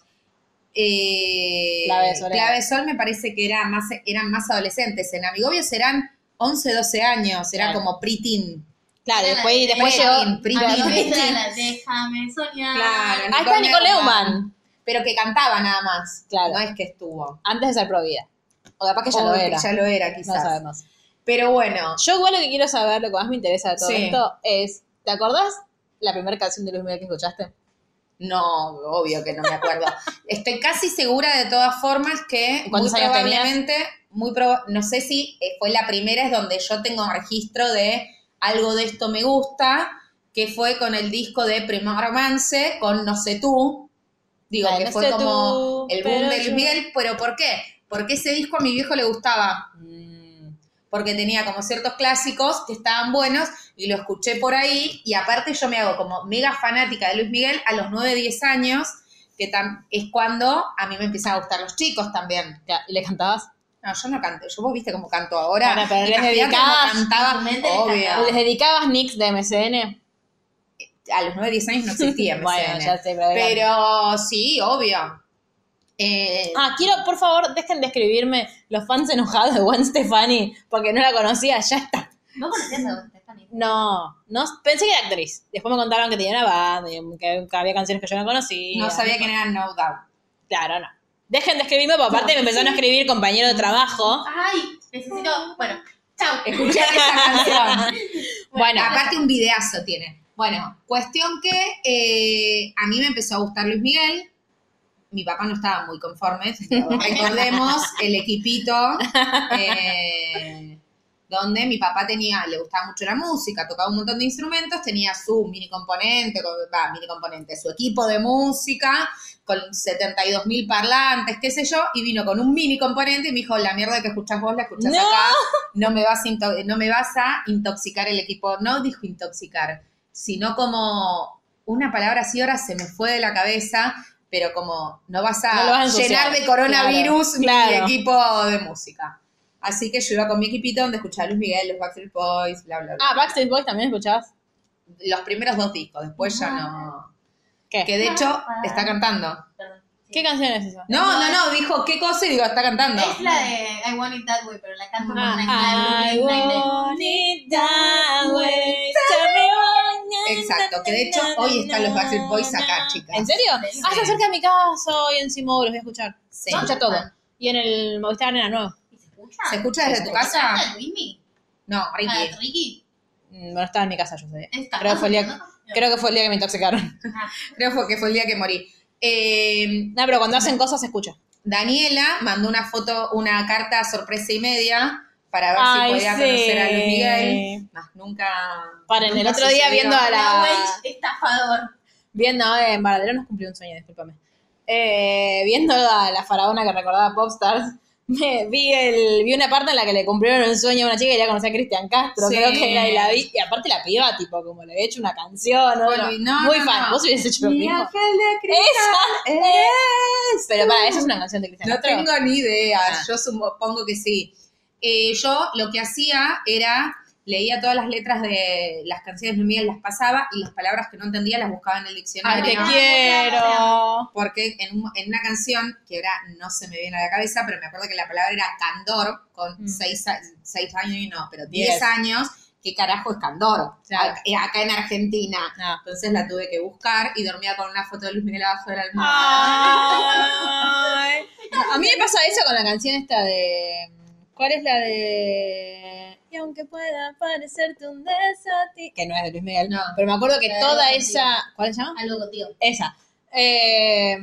S5: Eh,
S4: Clave Sol era.
S5: Clave Sol me parece que era más, eran más adolescentes. En amigobios eran 11, 12 años, era
S4: Claro.
S5: como preteen.
S4: Claro,
S6: Era
S4: después,
S6: la de-
S4: después
S5: era
S4: llegó.
S5: bien prima.
S6: Amigobios era la Déjame soñar.
S5: Claro.
S4: Ah, Ahí está Nicole Neumann.
S5: Pero que cantaba nada más.
S4: Claro.
S5: No es que estuvo.
S4: Antes de ser provida. O capaz que ya
S5: O
S4: lo
S5: que
S4: era.
S5: Ya lo era,
S4: No
S5: quizás.
S4: sabemos.
S5: Pero bueno,
S4: Yo igual lo que quiero saber, lo que más me interesa de todo
S5: Sí.
S4: esto es, ¿te acordás la primera canción de Luis Miguel que escuchaste?
S5: no, obvio que no me acuerdo. Estoy casi segura de todas formas que muy
S4: ¿Cuántos años
S5: probablemente, muy proba- no sé si eh, fue la primera, es donde yo tengo registro de algo de esto me gusta, que fue con el disco de Primer Romance, con No sé tú. Digo,
S4: Ay,
S5: que
S4: No
S5: fue
S4: sé tú,
S5: como el boom
S4: pero
S5: de Luis
S4: yo-
S5: Miguel, pero ¿por qué? Porque ese disco a mi viejo le gustaba.
S4: Mm.
S5: porque tenía como ciertos clásicos que estaban buenos y lo escuché por ahí y aparte yo me hago como mega fanática de Luis Miguel a los 9, 10 años, que tam- es cuando a mí me empiezan a gustar los chicos también.
S4: Ya, ¿Y le cantabas?
S5: No, yo no canto, yo vos viste cómo canto ahora.
S4: Bueno, pero les
S5: Imagínate cómo
S4: dedicabas-
S5: cantaba,
S6: en tu mente les
S5: obvio.
S4: ¿Les dedicabas nicks de MCN?
S5: A los 9, 10 años no existía MCN.
S4: Bueno, ya sé, pero...
S5: pero sí, obvio. Eh,
S4: Ah, quiero, por favor, dejen de escribirme los fans enojados de Gwen Stefani, porque no la conocía, ya está.
S6: ¿Vos conocías a vos, Stephanie?
S4: No, no, pensé que era actriz. Después me contaron que tenía una banda, y que había canciones que yo no conocía.
S5: no sabía quién era No Doubt.
S4: Claro, no. Dejen de escribirme, porque aparte me empezaron a escribir compañero de trabajo.
S6: Ay, necesito. Bueno, chau.
S5: Escuché esa canción.
S4: Bueno,
S5: Aparte un videazo tiene. Bueno, cuestión que eh, a mí me empezó a gustar Luis Miguel. Mi papá no estaba muy conforme. pero Recordemos el equipito eh, donde mi papá tenía, le gustaba mucho la música, tocaba un montón de instrumentos, tenía su mini componente, con- va, mini componente, su equipo de música con 72 mil parlantes, qué sé yo, y vino con un mini componente y me dijo, la mierda que escuchás vos la escuchás
S4: No.
S5: acá, no me, vas a into- no me vas a intoxicar el equipo. No dijo intoxicar, sino como una palabra así ahora se me fue de la cabeza, pero como no vas a,
S4: No lo vas a ensuciar,
S5: llenar de coronavirus mi
S4: claro.
S5: equipo de música. Así que yo iba con mi equipito donde escuchaba a Luis Miguel, los Backstreet Boys, bla, bla, bla.
S4: Ah, Backstreet Boys también escuchabas.
S5: Los primeros dos discos, después ya no.
S4: ¿Qué?
S5: Que de hecho está cantando.
S6: Perdón. Sí.
S4: ¿Qué canción es esa?
S5: No, no, no, dijo qué cosa y digo, está cantando.
S6: Es la de I Want It That Way, pero la canto con
S4: Ah, I
S6: Nine Nine Nails.
S4: want it that way, tell me why.
S5: Exacto, que de hecho hoy están los Backstreet Boys acá, chicas.
S4: ¿En serio? Ah, está cerca de mi casa hoy en Simo, los voy a escuchar.
S5: Sí. Ah.
S4: Escucha todo. Y en el Movistar Arena Nuevo.
S6: ¿Y se escucha?
S5: ¿Se escucha desde tu
S6: ¿Se escucha
S5: casa?
S6: el Luismi?
S5: No,
S6: Ah,
S5: Ricky.
S6: Ricky.
S4: Mm, Bueno, estaba en mi casa yo sé.
S5: Eh.
S6: Está.
S4: Creo que fue el día, creo que fue el día que me intoxicaron.
S5: Creo fue- que fue el día que morí. Eh,
S4: No, pero cuando hacen cosas se escucha.
S5: Daniela mandó una foto, una carta sorpresa y media para ver
S4: Ay,
S5: si podía
S4: sí.
S5: conocer a Luis Miguel. Más nunca.
S4: Paren, el
S5: nunca
S4: otro día
S5: sucedió.
S4: viendo a la-
S6: Nahuel estafador.
S4: Viendo, eh, Maradero nos cumplió un sueño, discúlpame. Eh, viendo a la faraona que recordaba Popstars, me, vi, el, vi una parte en la que le cumplieron un sueño a una chica y ya conocía a Cristian Castro,
S5: Sí.
S4: creo que era, y la vi. Y aparte la piba, tipo, como le había hecho una canción, ¿no?
S5: Bueno, no,
S4: muy
S5: no,
S4: fan.
S5: no.
S4: Vos hubieses hecho lo
S5: Mi
S4: mismo.
S5: ángel de
S4: Esa
S5: cristal
S4: es.
S5: es
S4: Pero
S5: tú.
S4: para, esa es una canción de Cristian
S5: No
S4: Castro.
S5: tengo ni idea,
S4: Ah.
S5: yo supongo que sí. Eh, yo lo que hacía era, leía todas las letras de las canciones de Luis Miguel, las pasaba y las palabras que no entendía las buscaba en
S4: Ay,
S5: el diccionario.
S4: te
S6: no.
S4: quiero.
S5: porque en, un- en una canción, que ahora no se me viene a la cabeza, pero me acuerdo que la palabra era candor, con
S4: Mm.
S5: seis, a- seis años y no, pero
S4: Diez.
S5: diez años, ¿qué carajo es candor?
S4: Claro.
S5: Ac- eh, Acá en Argentina.
S4: Ah.
S5: Entonces la tuve que buscar y dormía con una foto de Luis Miguel abajo de la almohada.
S4: Ah. Ay. A mí me pasa eso con la canción esta de. ¿Cuál es la de.? Y aunque pueda parecerte un desati. Que no es de Luis Miguel.
S5: No.
S4: Pero me acuerdo que
S6: La de
S4: toda
S6: Algo
S4: esa. ¿Cuál se llama?
S6: Algo contigo.
S4: Esa. Eh,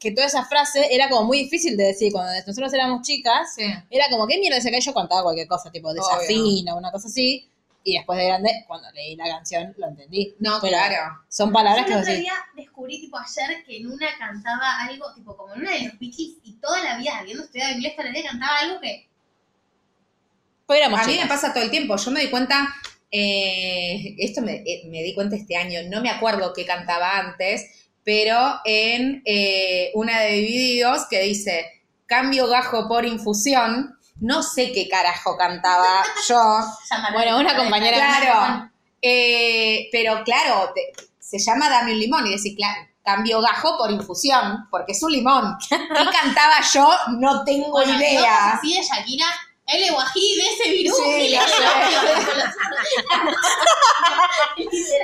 S4: que toda esa frase era como muy difícil de decir. Cuando nosotros éramos chicas,
S5: Sí.
S4: era como, ¿qué mierda se acá? Yo contaba cualquier cosa, tipo desafina, una cosa así. Y después de grande, cuando leí la canción, lo entendí.
S5: No,
S4: Pero
S5: claro.
S4: Son palabras que
S6: Yo el
S4: vos
S6: otro
S4: decís.
S6: día descubrí, tipo, ayer que en una cantaba algo, tipo, como en una de los bikis, y toda la vida habiendo estudiado inglés, toda la vida cantaba algo que.
S4: Pues éramos
S5: A mí
S4: chicas.
S5: me pasa todo el tiempo. Yo me di cuenta, eh, esto me, eh, me di cuenta este año, no me acuerdo qué cantaba antes, pero en eh, una de Divididos que dice, cambio gajo por infusión, no sé qué carajo cantaba yo.
S6: llamaron-
S4: Bueno, una compañera-
S5: Claro. Eh, pero claro, te- se llama Dame un limón y decir, claro, cambio gajo por infusión, porque es un limón. ¿Qué cantaba yo? No tengo
S6: Bueno,
S5: idea.
S6: Así de Shakira, el guají de ese virus.
S5: Sí,
S6: la
S5: lo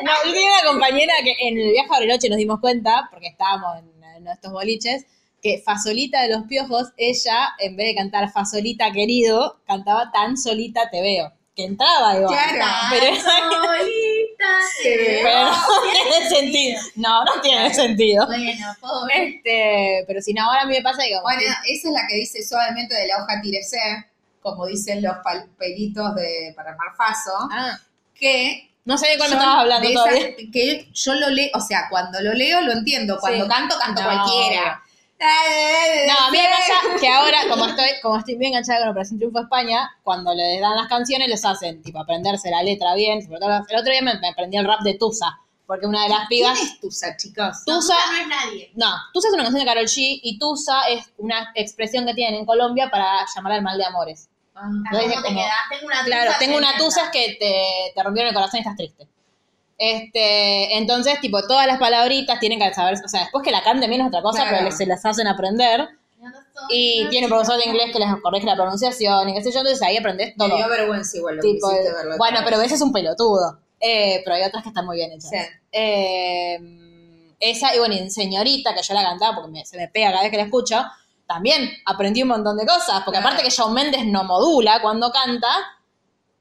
S4: No, yo tenía una compañera que en el viaje a Bariloche nos dimos cuenta, porque estábamos en, en estos boliches, que Fasolita de los Piojos, ella, en vez de cantar Fasolita querido, cantaba Tan solita te veo. Que entraba igual.
S5: Claro.
S4: Pero,
S6: Solita.
S5: Te veo.
S4: pero no tiene sentido. No, no tiene sentido.
S6: Bueno, pobre.
S4: Este, pero si no, ahora a mí me pasa que como,
S5: Bueno, esa es la que dice suavemente de la hoja tiresé, como dicen los pal- pelitos de para marfazo,
S4: ah,
S5: que
S4: no sé de cuál me
S5: yo-
S4: estabas hablando
S5: de esa-
S4: todavía.
S5: que yo lo leo, o sea, cuando lo leo lo entiendo, cuando
S4: Sí.
S5: canto canto
S4: No.
S5: cualquiera.
S4: No, a mí me pasa que ahora, como estoy, como estoy bien enganchada con Operación Triunfo España, cuando les dan las canciones, les hacen, tipo, aprenderse la letra bien. sobre todo las- el otro día me, me aprendí el rap de Tusa, porque una de las
S5: ¿Quién
S4: pibas...
S5: es Tusa, chicos?
S6: No,
S4: Tusa,
S6: no es nadie.
S4: no, Tusa es una canción de Carol G, y Tusa es una expresión que tienen en Colombia para llamar al mal de amores.
S6: Ah,
S4: Lo dice
S6: ¿cómo te
S4: como-
S6: quedás? Tengo una tusa.
S4: Claro, tengo
S6: te
S4: una
S6: Ah, encanta.
S4: tusa es que te, te rompieron el corazón y estás triste. Este, entonces, tipo, todas las palabritas tienen que saber, o sea, después que la canten bien es otra cosa,
S5: Claro.
S4: pero les- se las hacen aprender. Y tiene un profesor de inglés que les corrige la pronunciación y qué sé yo, entonces ahí aprendes
S5: Me
S4: todo.
S5: dio vergüenza igual lo que
S4: Tipo,
S5: hiciste verlo.
S4: bueno, pero ese es un pelotudo. Eh, pero hay otras que están muy bien hechas.
S5: Sí.
S4: Eh, esa, y bueno, y en Señorita, que yo la cantaba porque me- se me pega cada vez que la escucho, también aprendí un montón de cosas. Porque
S5: Claro.
S4: aparte que Shawn Mendes no modula cuando canta,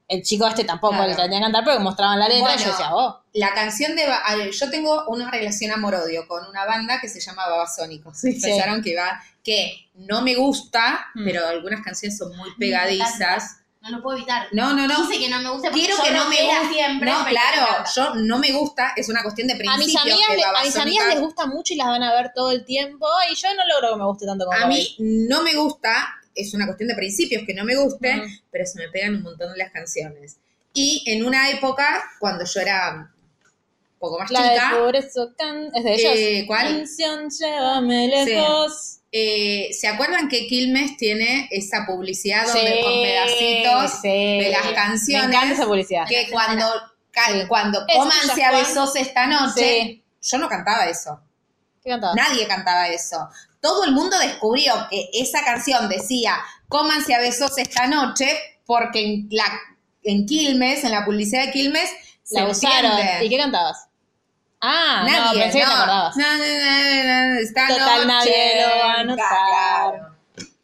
S4: el chico este tampoco
S5: Claro.
S4: le tenía que cantar porque mostraban la letra y yo
S5: Bueno.
S4: decía, "Oh". vos.
S5: La canción de... Ba- a ver, Yo tengo una relación amor-odio con una banda que se llama Babasónicos. Pensaron que iba... Que no me gusta,
S4: Mm.
S5: pero algunas canciones son muy pegadizas.
S6: No lo puedo evitar.
S5: No, no, no.
S6: Dice que no me gusta porque
S5: Quiero
S6: yo
S5: que no me
S6: queda
S5: guste.
S6: siempre.
S5: no,
S6: pero me
S5: claro,
S6: encanta.
S5: yo no me gusta, es una cuestión de
S4: A mis,
S5: principios.
S4: amigas,
S5: que
S4: le- a mis
S5: Babasónicas-
S4: amigas les gusta mucho y las van a ver todo el tiempo y yo no logro que me guste tanto como
S5: A
S4: para
S5: mí no me gusta, es una cuestión de principios que no me guste, pero se me pegan un montón de las canciones. Y en una época, cuando yo era, poco más
S4: La de
S5: chica,
S4: por eso can... es de ellos.
S5: Eh, ¿cuál?
S4: Canción Llévame lejos.
S5: eh, ¿se acuerdan que Quilmes tiene esa publicidad donde con pedacitos
S4: sí.
S5: de las canciones?
S4: Me encanta esa publicidad.
S5: que cuando, ca- cuando
S4: Eso,
S5: coman
S4: Just
S5: se
S4: One.
S5: avisó esta noche,
S4: Sí.
S5: yo no cantaba eso.
S4: ¿Qué cantaba?
S5: Nadie cantaba eso. Todo el mundo descubrió que esa canción decía, cómanse a besos esta noche, porque en, la, en Quilmes, en la publicidad de Quilmes, se
S4: la usaron.
S5: entiende.
S4: ¿Y qué cantabas? Ah, no,
S5: Nadie,
S4: pensé que te
S5: no.
S4: acordabas.
S5: No, no, no, no, no, esta
S4: Total,
S5: noche.
S4: nadie lo va a notar.
S5: Claro.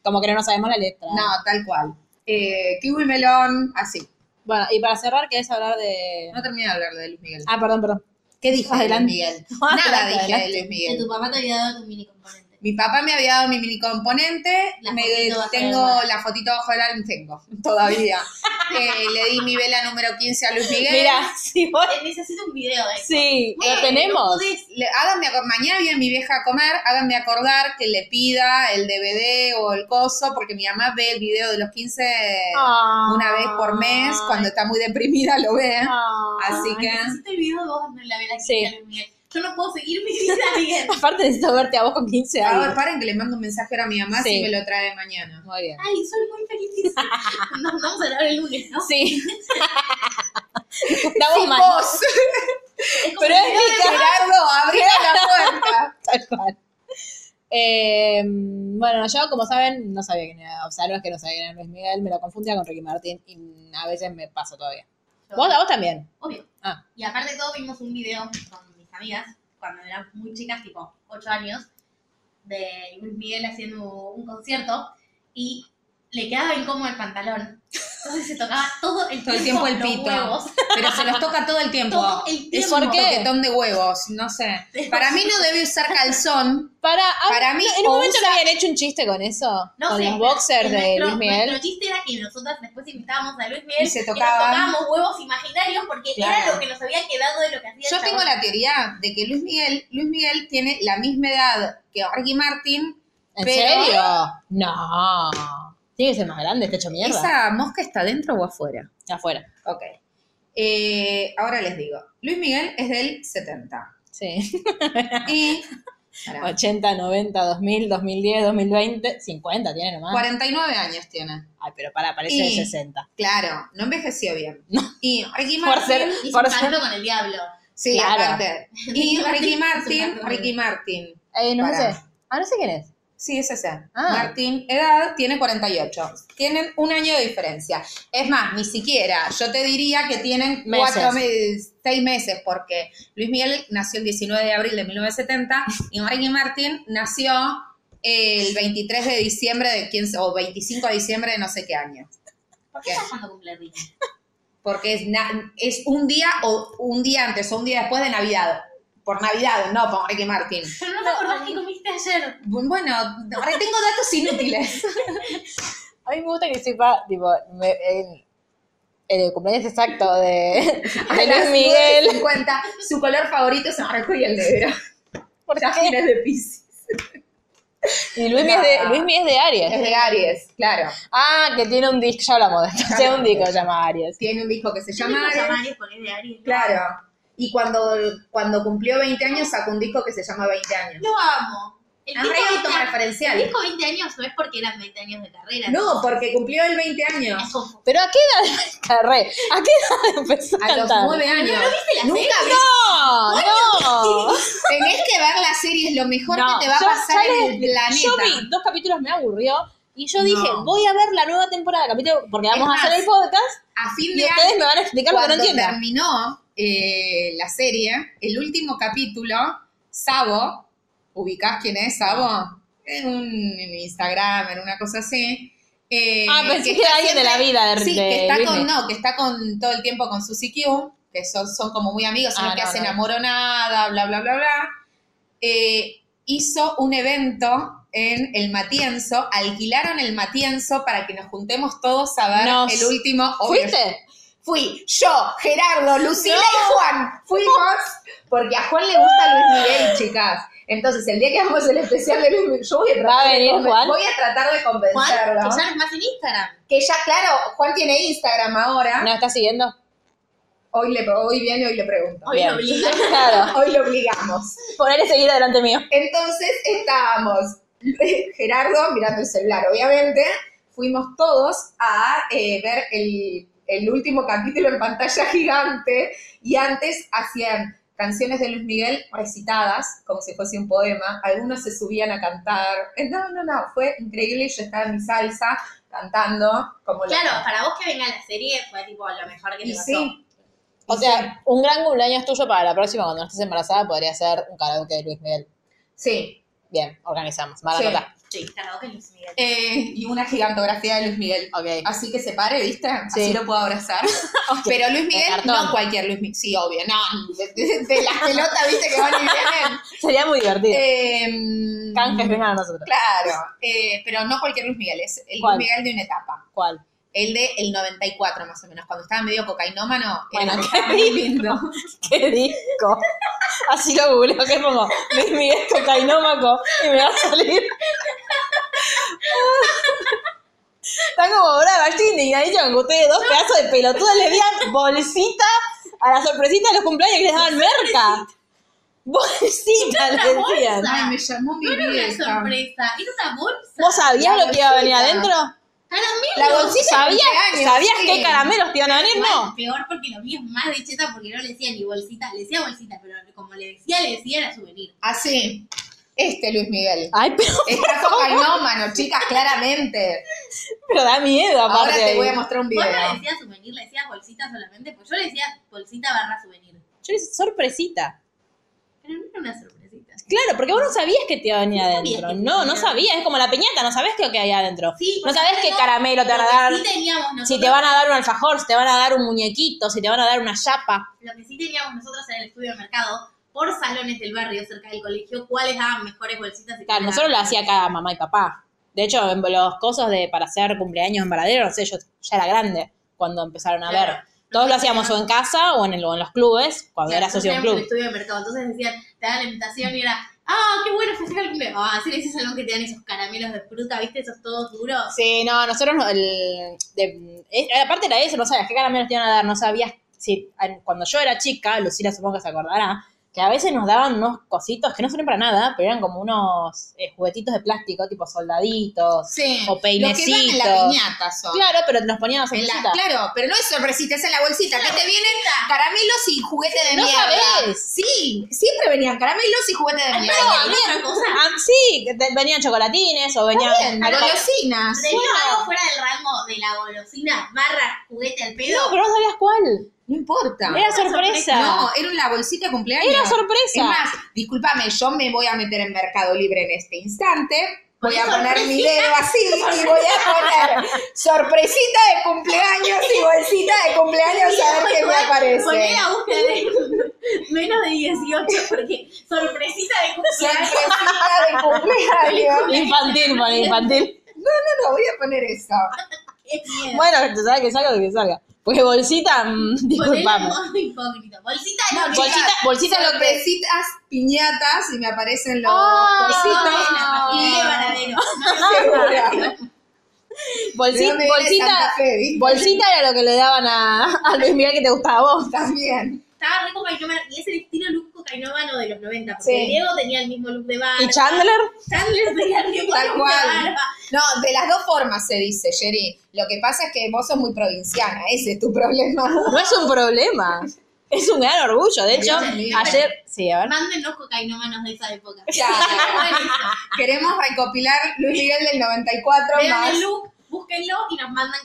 S4: Como que no nos sabemos la letra.
S5: No, tal cual. Eh, kiwi melón, así.
S4: Bueno, y para cerrar, ¿querés hablar de...?
S5: No terminé de hablar de Luis Miguel.
S4: Ah, perdón, perdón.
S5: ¿Qué dije
S4: adelante.
S5: de Luis Miguel?
S4: Adelante,
S5: Nada dije
S4: adelante.
S5: de Luis
S6: Que
S5: Miguel.
S6: tu papá te había dado tu mini componente.
S5: Mi papá me había dado mi mini componente,
S6: La
S5: me
S6: fotito bajo
S5: tengo
S6: del mar.
S5: la fotito bajo del alma, tengo, todavía. Eh, le di mi vela número 15 a Luis Miguel.
S4: Mira, sí, vos...
S6: Eh, Necesito un video de eso.
S4: Sí, lo
S6: Bueno,
S4: tenemos.
S6: podés-
S5: Le- háganme acor- mañana viene mi vieja a comer, háganme acordar que le pida el DVD o el coso, porque mi mamá ve el video de los 15
S4: Ah.
S5: una vez por mes, cuando está muy deprimida lo ve. Así que
S6: Necesito el video de vos dándole la vela
S4: Sí.
S6: a Luis Miguel. Yo no puedo seguir mi vida bien.
S4: Aparte necesito verte a vos con 15
S5: a
S4: años.
S5: ver, paren que le mando un mensaje ahora a mi mamá
S4: Sí.
S5: si me lo trae mañana.
S4: Muy bien.
S6: Ay, soy muy feliz. Nos vamos a hablar el lunes, ¿no?
S4: Sí. Estamos
S5: Sin
S4: mal.
S5: vos,
S6: Es como
S4: Pero
S6: el
S4: es
S6: video
S4: mi
S6: de-
S4: cara.
S5: Gerardo, abrí la puerta.
S4: Tal cual. Eh, bueno, yo, como saben, no sabía quién era. O sea, no es que no sabía quién era Luis Miguel, me lo confundía con Ricky Martin y a veces me pasa todavía. ¿Vos, ¿A vos también?
S6: Obvio.
S4: Ah.
S6: Y aparte de todo, vimos un video con mis amigas, cuando eran muy chicas, tipo 8 años, de Luis Miguel haciendo un concierto y le quedaba incómodo el pantalón. Entonces se tocaba todo el,
S5: Todo el
S6: tiempo,
S5: tiempo el
S6: los
S5: pito.
S6: huevos.
S5: Pero se los toca todo el tiempo.
S6: Todo el tiempo.
S5: Es un
S4: ¿Por qué?
S5: toquetón de huevos, no sé. Para mí no debe usar calzón.
S4: Para,
S5: Para mí,
S4: en un
S5: o
S4: momento
S5: usa-
S4: no habían hecho un chiste con eso.
S6: No
S4: con
S6: sé,
S4: los boxers de
S6: nuestro-
S4: Luis Miguel.
S6: Nuestro chiste era que nosotras después invitábamos a Luis Miguel
S5: Y se
S6: nos
S5: tocaban.
S6: tocábamos huevos imaginarios porque
S5: Claro.
S6: era lo que nos había quedado de lo que hacía el
S5: Yo tengo
S6: chabón.
S5: la teoría de que Luis Miguel, Luis Miguel tiene la misma edad que Ricky Martin.
S4: ¿En
S5: pero-
S4: serio? No. Tiene que ser más grande, está hecho mierda.
S5: ¿Esa mosca está dentro o afuera?
S4: Afuera.
S5: Ok. Eh, ahora les digo. Luis Miguel es del 70.
S4: Sí.
S5: Y. pará,
S4: 80, 90, 2000, 2010, 2020, 50 tiene nomás.
S5: 49 años tiene.
S4: Ay, pero para, parece
S5: Y-
S4: de 60.
S5: Claro, no envejeció bien.
S4: No.
S5: Y Ricky
S4: Por
S5: Martin.
S4: ser-
S6: Hizo
S4: por
S6: un
S4: ser-
S6: pacto con el diablo.
S5: Sí,
S4: Claro.
S5: aparte. Y Ricky Martin, Ricky Martin.
S4: Eh, no
S5: Pará.
S4: sé. Ah, no sé quién es.
S5: Sí, es ese.
S4: Ah.
S5: Martín, edad, tiene 48. Tienen un año de diferencia. Es más, ni siquiera. Yo te diría que tienen
S4: Meses.
S5: cuatro meses, seis meses, porque Luis Miguel nació el 19 de abril de 1970 y Ricky Martin nació el 23 de diciembre de 15, o 25 de diciembre de no sé qué año.
S6: ¿Por qué
S5: Ok.
S6: estás cuando cumple Ricky?
S5: Porque es, na- es un día o un día antes o un día después de Navidad. Por Navidad, no por Ricky Martin.
S6: Pero no te acordás que comiste ayer.
S5: Bueno, ahora tengo datos inútiles.
S4: A mí me gusta que sepa, tipo, me- el, el cumpleaños exacto de, de
S5: las
S4: Luis Miguel.
S5: 50, su color favorito es el rojo y el negro.
S4: ¿Por
S5: Ya
S4: qué?
S5: es de Pisces.
S4: Y Luis Miguel es de, Luis Miguel es de
S5: Es
S4: Aries.
S5: de Aries, claro.
S4: Ah, que tiene un disco, ya hablamos de esto.
S5: Ya
S4: Tiene un
S5: hablamos de
S4: disco que
S5: esto.
S4: se llama Aries.
S5: Tiene un disco que se
S6: Yo
S5: llama
S6: digo
S5: Aries.
S6: Samaris porque es de Aries. ¿no?
S5: Claro. Y cuando, cuando cumplió 20 años, sacó un disco que se llama 20 años.
S6: Lo amo. El
S5: Es
S6: disco,
S5: re
S6: 20 el
S5: autorreferencial.
S6: disco 20 años no es porque eran 20 años de carrera.
S5: No, porque cumplió el 20 años.
S6: Es como-
S4: Pero ¿a qué edad carré? ¿A qué edad empezó a,
S5: A los
S4: cantar?
S5: 9 años.
S6: la
S5: Nunca
S6: serie?
S5: vi-
S4: ¡No! ¡No!
S5: Tenés que ver la serie, es lo mejor
S4: No,
S5: que te va a
S4: yo- ya
S5: pasar en
S4: les-
S5: el planeta.
S4: Yo vi dos capítulos, me aburrió. Y yo
S5: No.
S4: dije, voy a ver la nueva temporada del capítulo porque vamos
S5: Es
S4: a hacer
S5: más,
S4: el podcast
S5: A fin
S4: y
S5: de
S4: ustedes
S5: año.
S4: me van a explicar lo que no
S5: cuando
S4: entiendan.
S5: terminó eh, la serie, el último capítulo, Sabo, ¿ubicás quién es Sabo? En un en Instagram, en una cosa así. eh,
S4: Ah, pensé que
S5: está
S4: era alguien de la vida de-
S5: Sí,
S4: de
S5: que está
S4: Luis
S5: con,
S4: Miguel.
S5: no, que está con todo el tiempo con Susi Q, que son, son como muy amigos, son
S4: Ah,
S5: los que
S4: no,
S5: hacen
S4: no.
S5: amoronada, bla, bla, bla, bla. Eh, hizo un evento en el Matienzo, alquilaron el Matienzo para que nos juntemos todos a ver
S4: Nos-
S5: el último. obvio,
S4: ¿Fuiste?
S5: Fui yo, Gerardo, Lucila y Juan. Fuimos porque a Juan le gusta Luis Miguel, chicas. Entonces, el día que hagamos el especial de Luis Miguel, yo voy a
S4: ¿Va a
S5: tratar, de,
S4: venir
S5: conven-
S4: Juan?
S5: voy a tratar de
S6: Juan,
S5: convencerlo.
S6: que ya no es más en Instagram.
S5: que ya, claro, Juan tiene Instagram ahora.
S4: ¿No estás siguiendo?
S5: Hoy, le, hoy viene, hoy le pregunto.
S6: Hoy lo obligan.
S4: Claro.
S5: Hoy lo obligamos.
S4: Poner ese guía delante mío.
S5: Entonces estábamos Gerardo mirando el celular, obviamente. Fuimos todos a eh, ver el, el último capítulo en pantalla gigante y antes hacían canciones de Luis Miguel recitadas como si fuese un poema. Algunos se subían a cantar. Eh, No, no, no, fue increíble. Yo estaba en mi salsa cantando como loca.
S6: Claro, para vos que venga la serie fue tipo lo mejor que te
S5: Y
S6: pasó.
S5: sí,
S4: O sea, un gran cumpleaños tuyo para la próxima cuando no estés embarazada podría ser un karaoke de Luis Miguel.
S5: sí.
S4: Bien, organizamos. Mala
S5: Sí.
S4: nota.
S6: Sí, karaoke Luis Miguel.
S5: Eh, y una gigantografía de Luis Miguel.
S4: Ok.
S5: Así que se pare, ¿viste?
S4: Sí.
S5: Así lo puedo abrazar. Pero Luis Miguel,
S4: cartón.
S5: no cualquier Luis Miguel. Sí, obvio, no. De, de- de las pelotas, ¿viste? Que van y vienen.
S4: Sería muy divertido.
S5: Eh,
S4: Canjes, vengan a nosotros.
S5: Claro. eh, pero no cualquier Luis Miguel, es el
S4: ¿Cuál?
S5: Luis Miguel de una etapa.
S4: ¿Cuál?
S5: El de el 94, más o menos. Cuando estaba medio cocainómano,
S4: Bueno,
S5: era
S4: qué
S5: estaba muy lindo.
S4: ¿Qué disco? Así lo googleo, que pongo Luis Miguel cocainómaco y me va a salir. Está como brava, estoy indignadita con que ustedes dos pedazos de pelotudos le dían bolsita a la sorpresita de los cumpleaños que les daban merca. Bolsita
S6: Una
S4: le decían.
S6: bolsa.
S5: Ay, me llamó mi
S6: No era una
S5: vieja.
S6: sorpresa, era una bolsa.
S4: ¿Vos sabías
S5: La
S4: lo que iba a venir
S5: bolsita.
S4: adentro?
S6: Caramelo.
S5: La bolsita de
S4: ¿Sabías,
S5: cumpleaños,
S4: ¿sabías
S5: sí.
S4: qué caramelos te iban a venir?
S6: Igual,
S4: No.
S6: peor porque lo vi es más de cheta porque no le decía ni bolsita, le decía bolsita, pero como le decía, le decía era souvenir.
S5: Así. Ah, Este Luis Miguel.
S4: Ay, pero,
S5: Está cocainómano, chicas, claramente.
S4: pero da miedo aparte.
S5: Ahora te voy a
S4: Yo
S5: mostrar un
S6: Vos
S5: video.
S6: no le decías souvenir, le decías bolsita solamente, pues yo le decía bolsita barra souvenir.
S4: le dije, sorpresita.
S6: Pero no era una sorpresita.
S4: Claro, porque vos no sabías que te iba a venir
S6: No sabías
S4: adentro.
S6: que te
S4: No, no
S6: tenía.
S4: sabías. Es como la piñata, no sabés qué qué había adentro.
S6: Sí,
S4: no
S6: porque
S4: sabés qué
S6: no,
S4: caramelo te van
S6: Lo
S4: a
S6: que
S4: dar.
S6: sí teníamos nosotros,
S4: Si te van a dar un alfajor, si te van a dar un muñequito, si te van a dar una chapa.
S6: lo que sí teníamos nosotros en el estudio de mercado, por salones del barrio cerca del colegio, cuáles daban mejores bolsitas y
S4: Claro,
S6: cuáles
S4: nosotros lo
S6: daban-
S4: hacía cada mamá y papá. De hecho, en los cosos de para hacer cumpleaños en Varadero, no sé, yo ya era grande cuando empezaron a
S6: Claro.
S4: ver. Todos lo hacíamos o en casa o en, el- o en los clubes, cuando era socio de un
S6: teníamos el
S4: club.
S6: estudio de mercado, entonces decían, te daban la invitación y era, ah, qué bueno festejar el cumpleaños. Ah, hacer ese salón que te dan esos caramelos de fruta, ¿viste? Esos todos duros.
S4: Sí, no, nosotros, no- el, de- eh, aparte era eso, no sabías qué caramelos te iban a dar, no sabías, si, an- cuando yo era chica, Lucila supongo que se acordará, que a veces nos daban unos cositos que no sirven para nada, pero eran como unos eh, juguetitos de plástico, tipo soldaditos,
S5: Sí.
S4: o
S5: Lo que dan en la
S4: peinecitos.
S5: piñata son.
S4: Claro, pero nos ponían
S5: En la-
S4: sorpresita.
S5: claro, pero no es sorpresita, es en la bolsita. Que te vienen caramelos y juguete de
S4: No
S5: mierda.
S4: sabés.
S5: Sí, siempre venían caramelos y juguete de mierda.
S6: otra cosa.
S4: Ah, sí, que te- venían chocolatines o venían...
S5: Bien, golosinas.
S6: Tenía algo fuera del rango de la golosina, barra, juguete al
S4: No,
S6: pedo.
S4: pero no sabías cuál.
S5: No importa.
S4: Era sorpresa.
S5: No, era una bolsita de cumpleaños.
S4: Era sorpresa.
S5: Es más, discúlpame, yo me voy a meter en Mercado Libre en este instante. Voy a
S6: Con
S5: poner mi
S6: sorpresita.
S5: dedo así y voy a poner sorpresita de cumpleaños y bolsita de cumpleaños a ver qué me
S6: Poné
S5: aparece.
S6: la búsqueda de menos de 18 porque sorpresita de cumpleaños.
S5: Sorpresita de cumpleaños.
S4: Infantil, bueno, infantil.
S5: No, no, voy a poner eso.
S6: Qué miedo.
S4: Bueno, que salga, que salga, que salga. Porque bolsita, mm,
S6: Poné la
S4: disculpame.
S6: modo incógnito. Bolsita de
S5: No,
S6: cumpleaños.
S4: bolsita-
S5: chicas,
S4: bolsita lo que- Ah.
S5: sorpresitas, piñatas y me aparecen los
S6: No,
S5: cositos.
S6: en la pastelería de Varadero.
S5: Segura. ¿De
S4: Bolsita,
S5: dónde viene
S4: bolsita,
S5: Santa Fe, viste?
S4: bolsita era lo que le daban a, a Luis Miguel que te gustaba a vos.
S5: También.
S6: Estaba re cocainómano y es el estilo look cocainómano de los 90. Porque
S5: Sí.
S6: Diego tenía el mismo look de barba.
S4: ¿Y Chandler?
S6: Chandler tenía el mismo
S5: Tal
S6: look de
S5: cual.
S6: barba.
S5: No, de las dos formas se dice, Jerry. Lo que pasa es que vos sos muy provinciana, ese es tu problema.
S4: No es un problema. Es un gran orgullo. De hecho,
S5: Dios mío.
S4: ayer. Sí, a ver.
S6: Mándenos cocainómanos de esa época.
S5: Claro. Queremos recopilar Luis Miguel del 94
S6: Vean
S5: más.
S6: el look, búsquenlo y nos mandan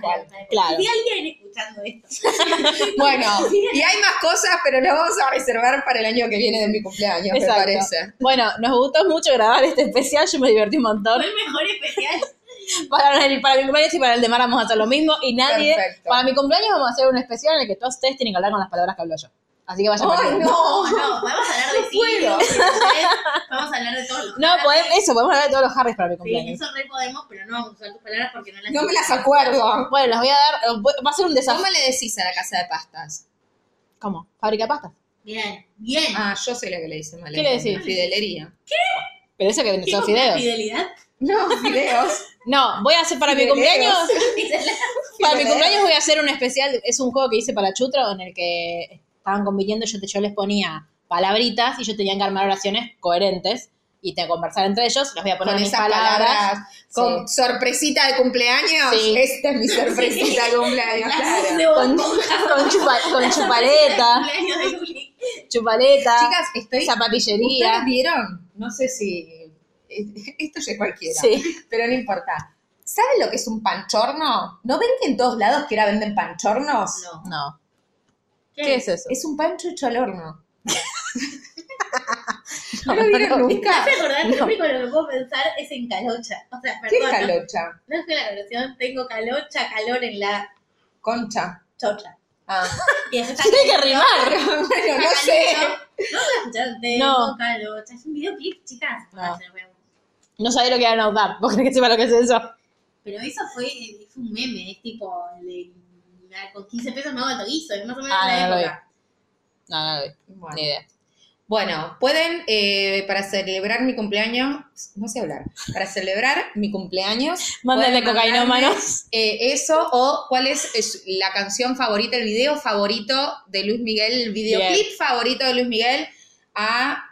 S5: Tal
S6: de
S5: cual.
S6: esa época.
S4: Claro.
S6: Si alguien escuchando esto.
S5: Bueno, y hay más cosas, pero las vamos a reservar para el año que viene de mi cumpleaños,
S4: Exacto.
S5: me parece.
S4: Bueno, nos gustó mucho grabar este especial. Yo me divertí un montón.
S6: Fue el mejor especial.
S4: Para, el, para mi cumpleaños y para el de Mar vamos a hacer lo mismo. Y nadie.
S5: Perfecto.
S4: Para mi cumpleaños vamos a hacer un especial en el que todos ustedes tienen que hablar con las palabras que hablo yo. Así que vayan
S5: ¡Ay,
S4: perdiendo.
S5: no!
S6: no, vamos a hablar de
S5: puedo.
S6: siglos, vamos a hablar de todos los
S4: No,
S6: Harris.
S4: podemos, eso, podemos hablar de todos los Harrys para mi
S6: Sí,
S4: cumpleaños.
S6: eso re podemos, pero no vamos a usar tus palabras porque no las
S5: No me las acuerdo.
S4: Bueno, les voy a dar. Va a ser un desafío.
S5: ¿Cómo le decís a la casa de pastas?
S4: ¿Cómo? Fábrica de pastas.
S6: Bien, bien.
S5: Ah, yo soy la que le dice mal.
S4: ¿Qué le decís?
S5: Fidelería.
S4: Pero eso que vende
S6: ¿Qué
S4: son
S6: compras,
S4: fideos.
S6: fidelidad?
S5: No, fideos.
S4: No, voy a hacer para mi
S5: Fideos.
S4: cumpleaños.
S6: Dice la-
S4: Para Para mi
S5: ¿entendés?
S4: cumpleaños voy a hacer un especial, es un juego que hice para Chutro en el que estaban compitiendo, yo, te, yo les ponía palabritas y yo tenía que armar oraciones coherentes y te conversar entre ellos, les voy a poner
S5: Con
S4: mis
S5: esas
S4: palabras.
S5: palabras, con sorpresita de cumpleaños.
S4: Sí.
S5: Esta es mi sorpresita de cumpleaños, claro.
S4: Con, con chupa- con chupaleta,
S6: Cumpleaños de Juli.
S4: chupaleta,
S5: Chicas, estoy... ¿Ustedes
S4: zapatillería.
S5: vieron? No sé si... eh, Esto ya es cualquiera.
S4: Sí.
S5: pero no importa. ¿Saben lo que es un panchorno? ¿No ven que en todos lados que ahora venden panchornos?
S6: No.
S4: No.
S6: ¿Qué?
S4: ¿Qué es eso?
S5: Es un pancho hecho al horno. ¿No lo vieron nunca?
S6: ¿Te acordás? Lo único en lo que puedo pensar es en calocha. O sea,
S5: ¿Qué es
S6: perdón. ¿no?
S5: calocha?
S6: No es que la versión tengo calocha, calor en la
S5: Concha.
S6: chocha.
S5: Ah.
S6: Y eso está
S4: Tiene que rimar.
S5: bueno, no sé.
S6: No lo escuchaste.
S4: No.
S6: No. Calocha. Es un videoclip, chicas.
S4: No.
S6: Ah, se lo voy a buscar.
S4: No sabía lo que era Not That. ¿Vos crees que sepa lo que es eso?
S6: Pero eso fue, es un meme, es tipo, el de, ah, con 15 pesos me hago alto guiso, es más o menos
S4: Ah,
S6: la
S4: no lo
S6: época.
S4: No, no, no,
S5: Bueno.
S4: ni idea.
S5: Bueno, pueden, eh, para celebrar mi cumpleaños, no sé hablar, para celebrar mi cumpleaños.
S4: Mándenle
S5: pueden mandarme,
S4: cocainómanos.
S5: eh, eso o cuál es, es la canción favorita, el video favorito de Luis Miguel, el videoclip favorito de Luis Miguel a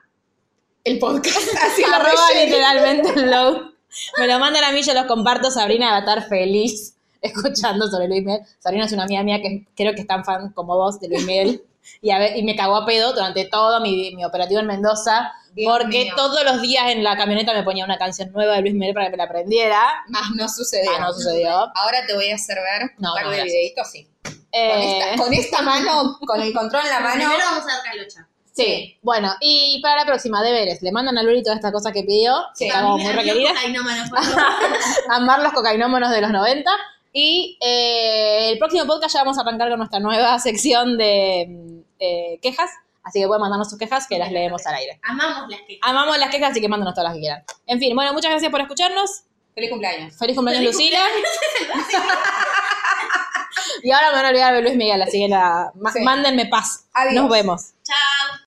S5: el podcast. Así lo
S4: Arroba
S5: rellené.
S4: literalmente el blog. Me lo mandan a mí, yo los comparto. Sabrina va a estar feliz escuchando sobre Luis Miguel. Sabrina es una amiga mía que creo que es tan fan como vos de Luis Miguel. Y, a ve- y me cagó a pedo durante todo mi, mi operativo en Mendoza.
S5: Dios
S4: porque
S5: mío.
S4: todos los días en la camioneta me ponía una canción nueva de Luis Miguel para que me la aprendiera.
S5: Más no sucedió.
S4: Ah, no sucedió.
S5: Ahora te voy a hacer ver un
S4: No,
S5: par
S4: no,
S5: de
S4: gracias.
S5: videitos, sí. Con,
S4: Eh,
S5: esta, con esta mano, con el control en la
S6: Pero
S5: mano.
S6: Primero vamos a dar calocha.
S4: sí, bueno, y para la próxima, deberes. Le mandan a Luli todas estas cosas que pidió, que
S5: Sí.
S4: está como muy requerida.
S6: Ay, no, mano, por favor.
S4: amar los cocainómanos de los 90. Y eh, el próximo podcast ya vamos a arrancar con nuestra nueva sección de mm, eh, quejas. Así que pueden mandarnos sus quejas que las leemos al aire.
S6: Amamos las que.
S4: Amamos las quejas, así que mándanos todas las que quieran. En fin, bueno, muchas gracias por escucharnos.
S5: Feliz cumpleaños.
S4: Feliz cumpleaños, Lucila. y ahora me van a olvidar de Luis Miguel, así que la, ma-
S5: Sí.
S4: mándenme paz.
S5: Adiós.
S4: Nos vemos.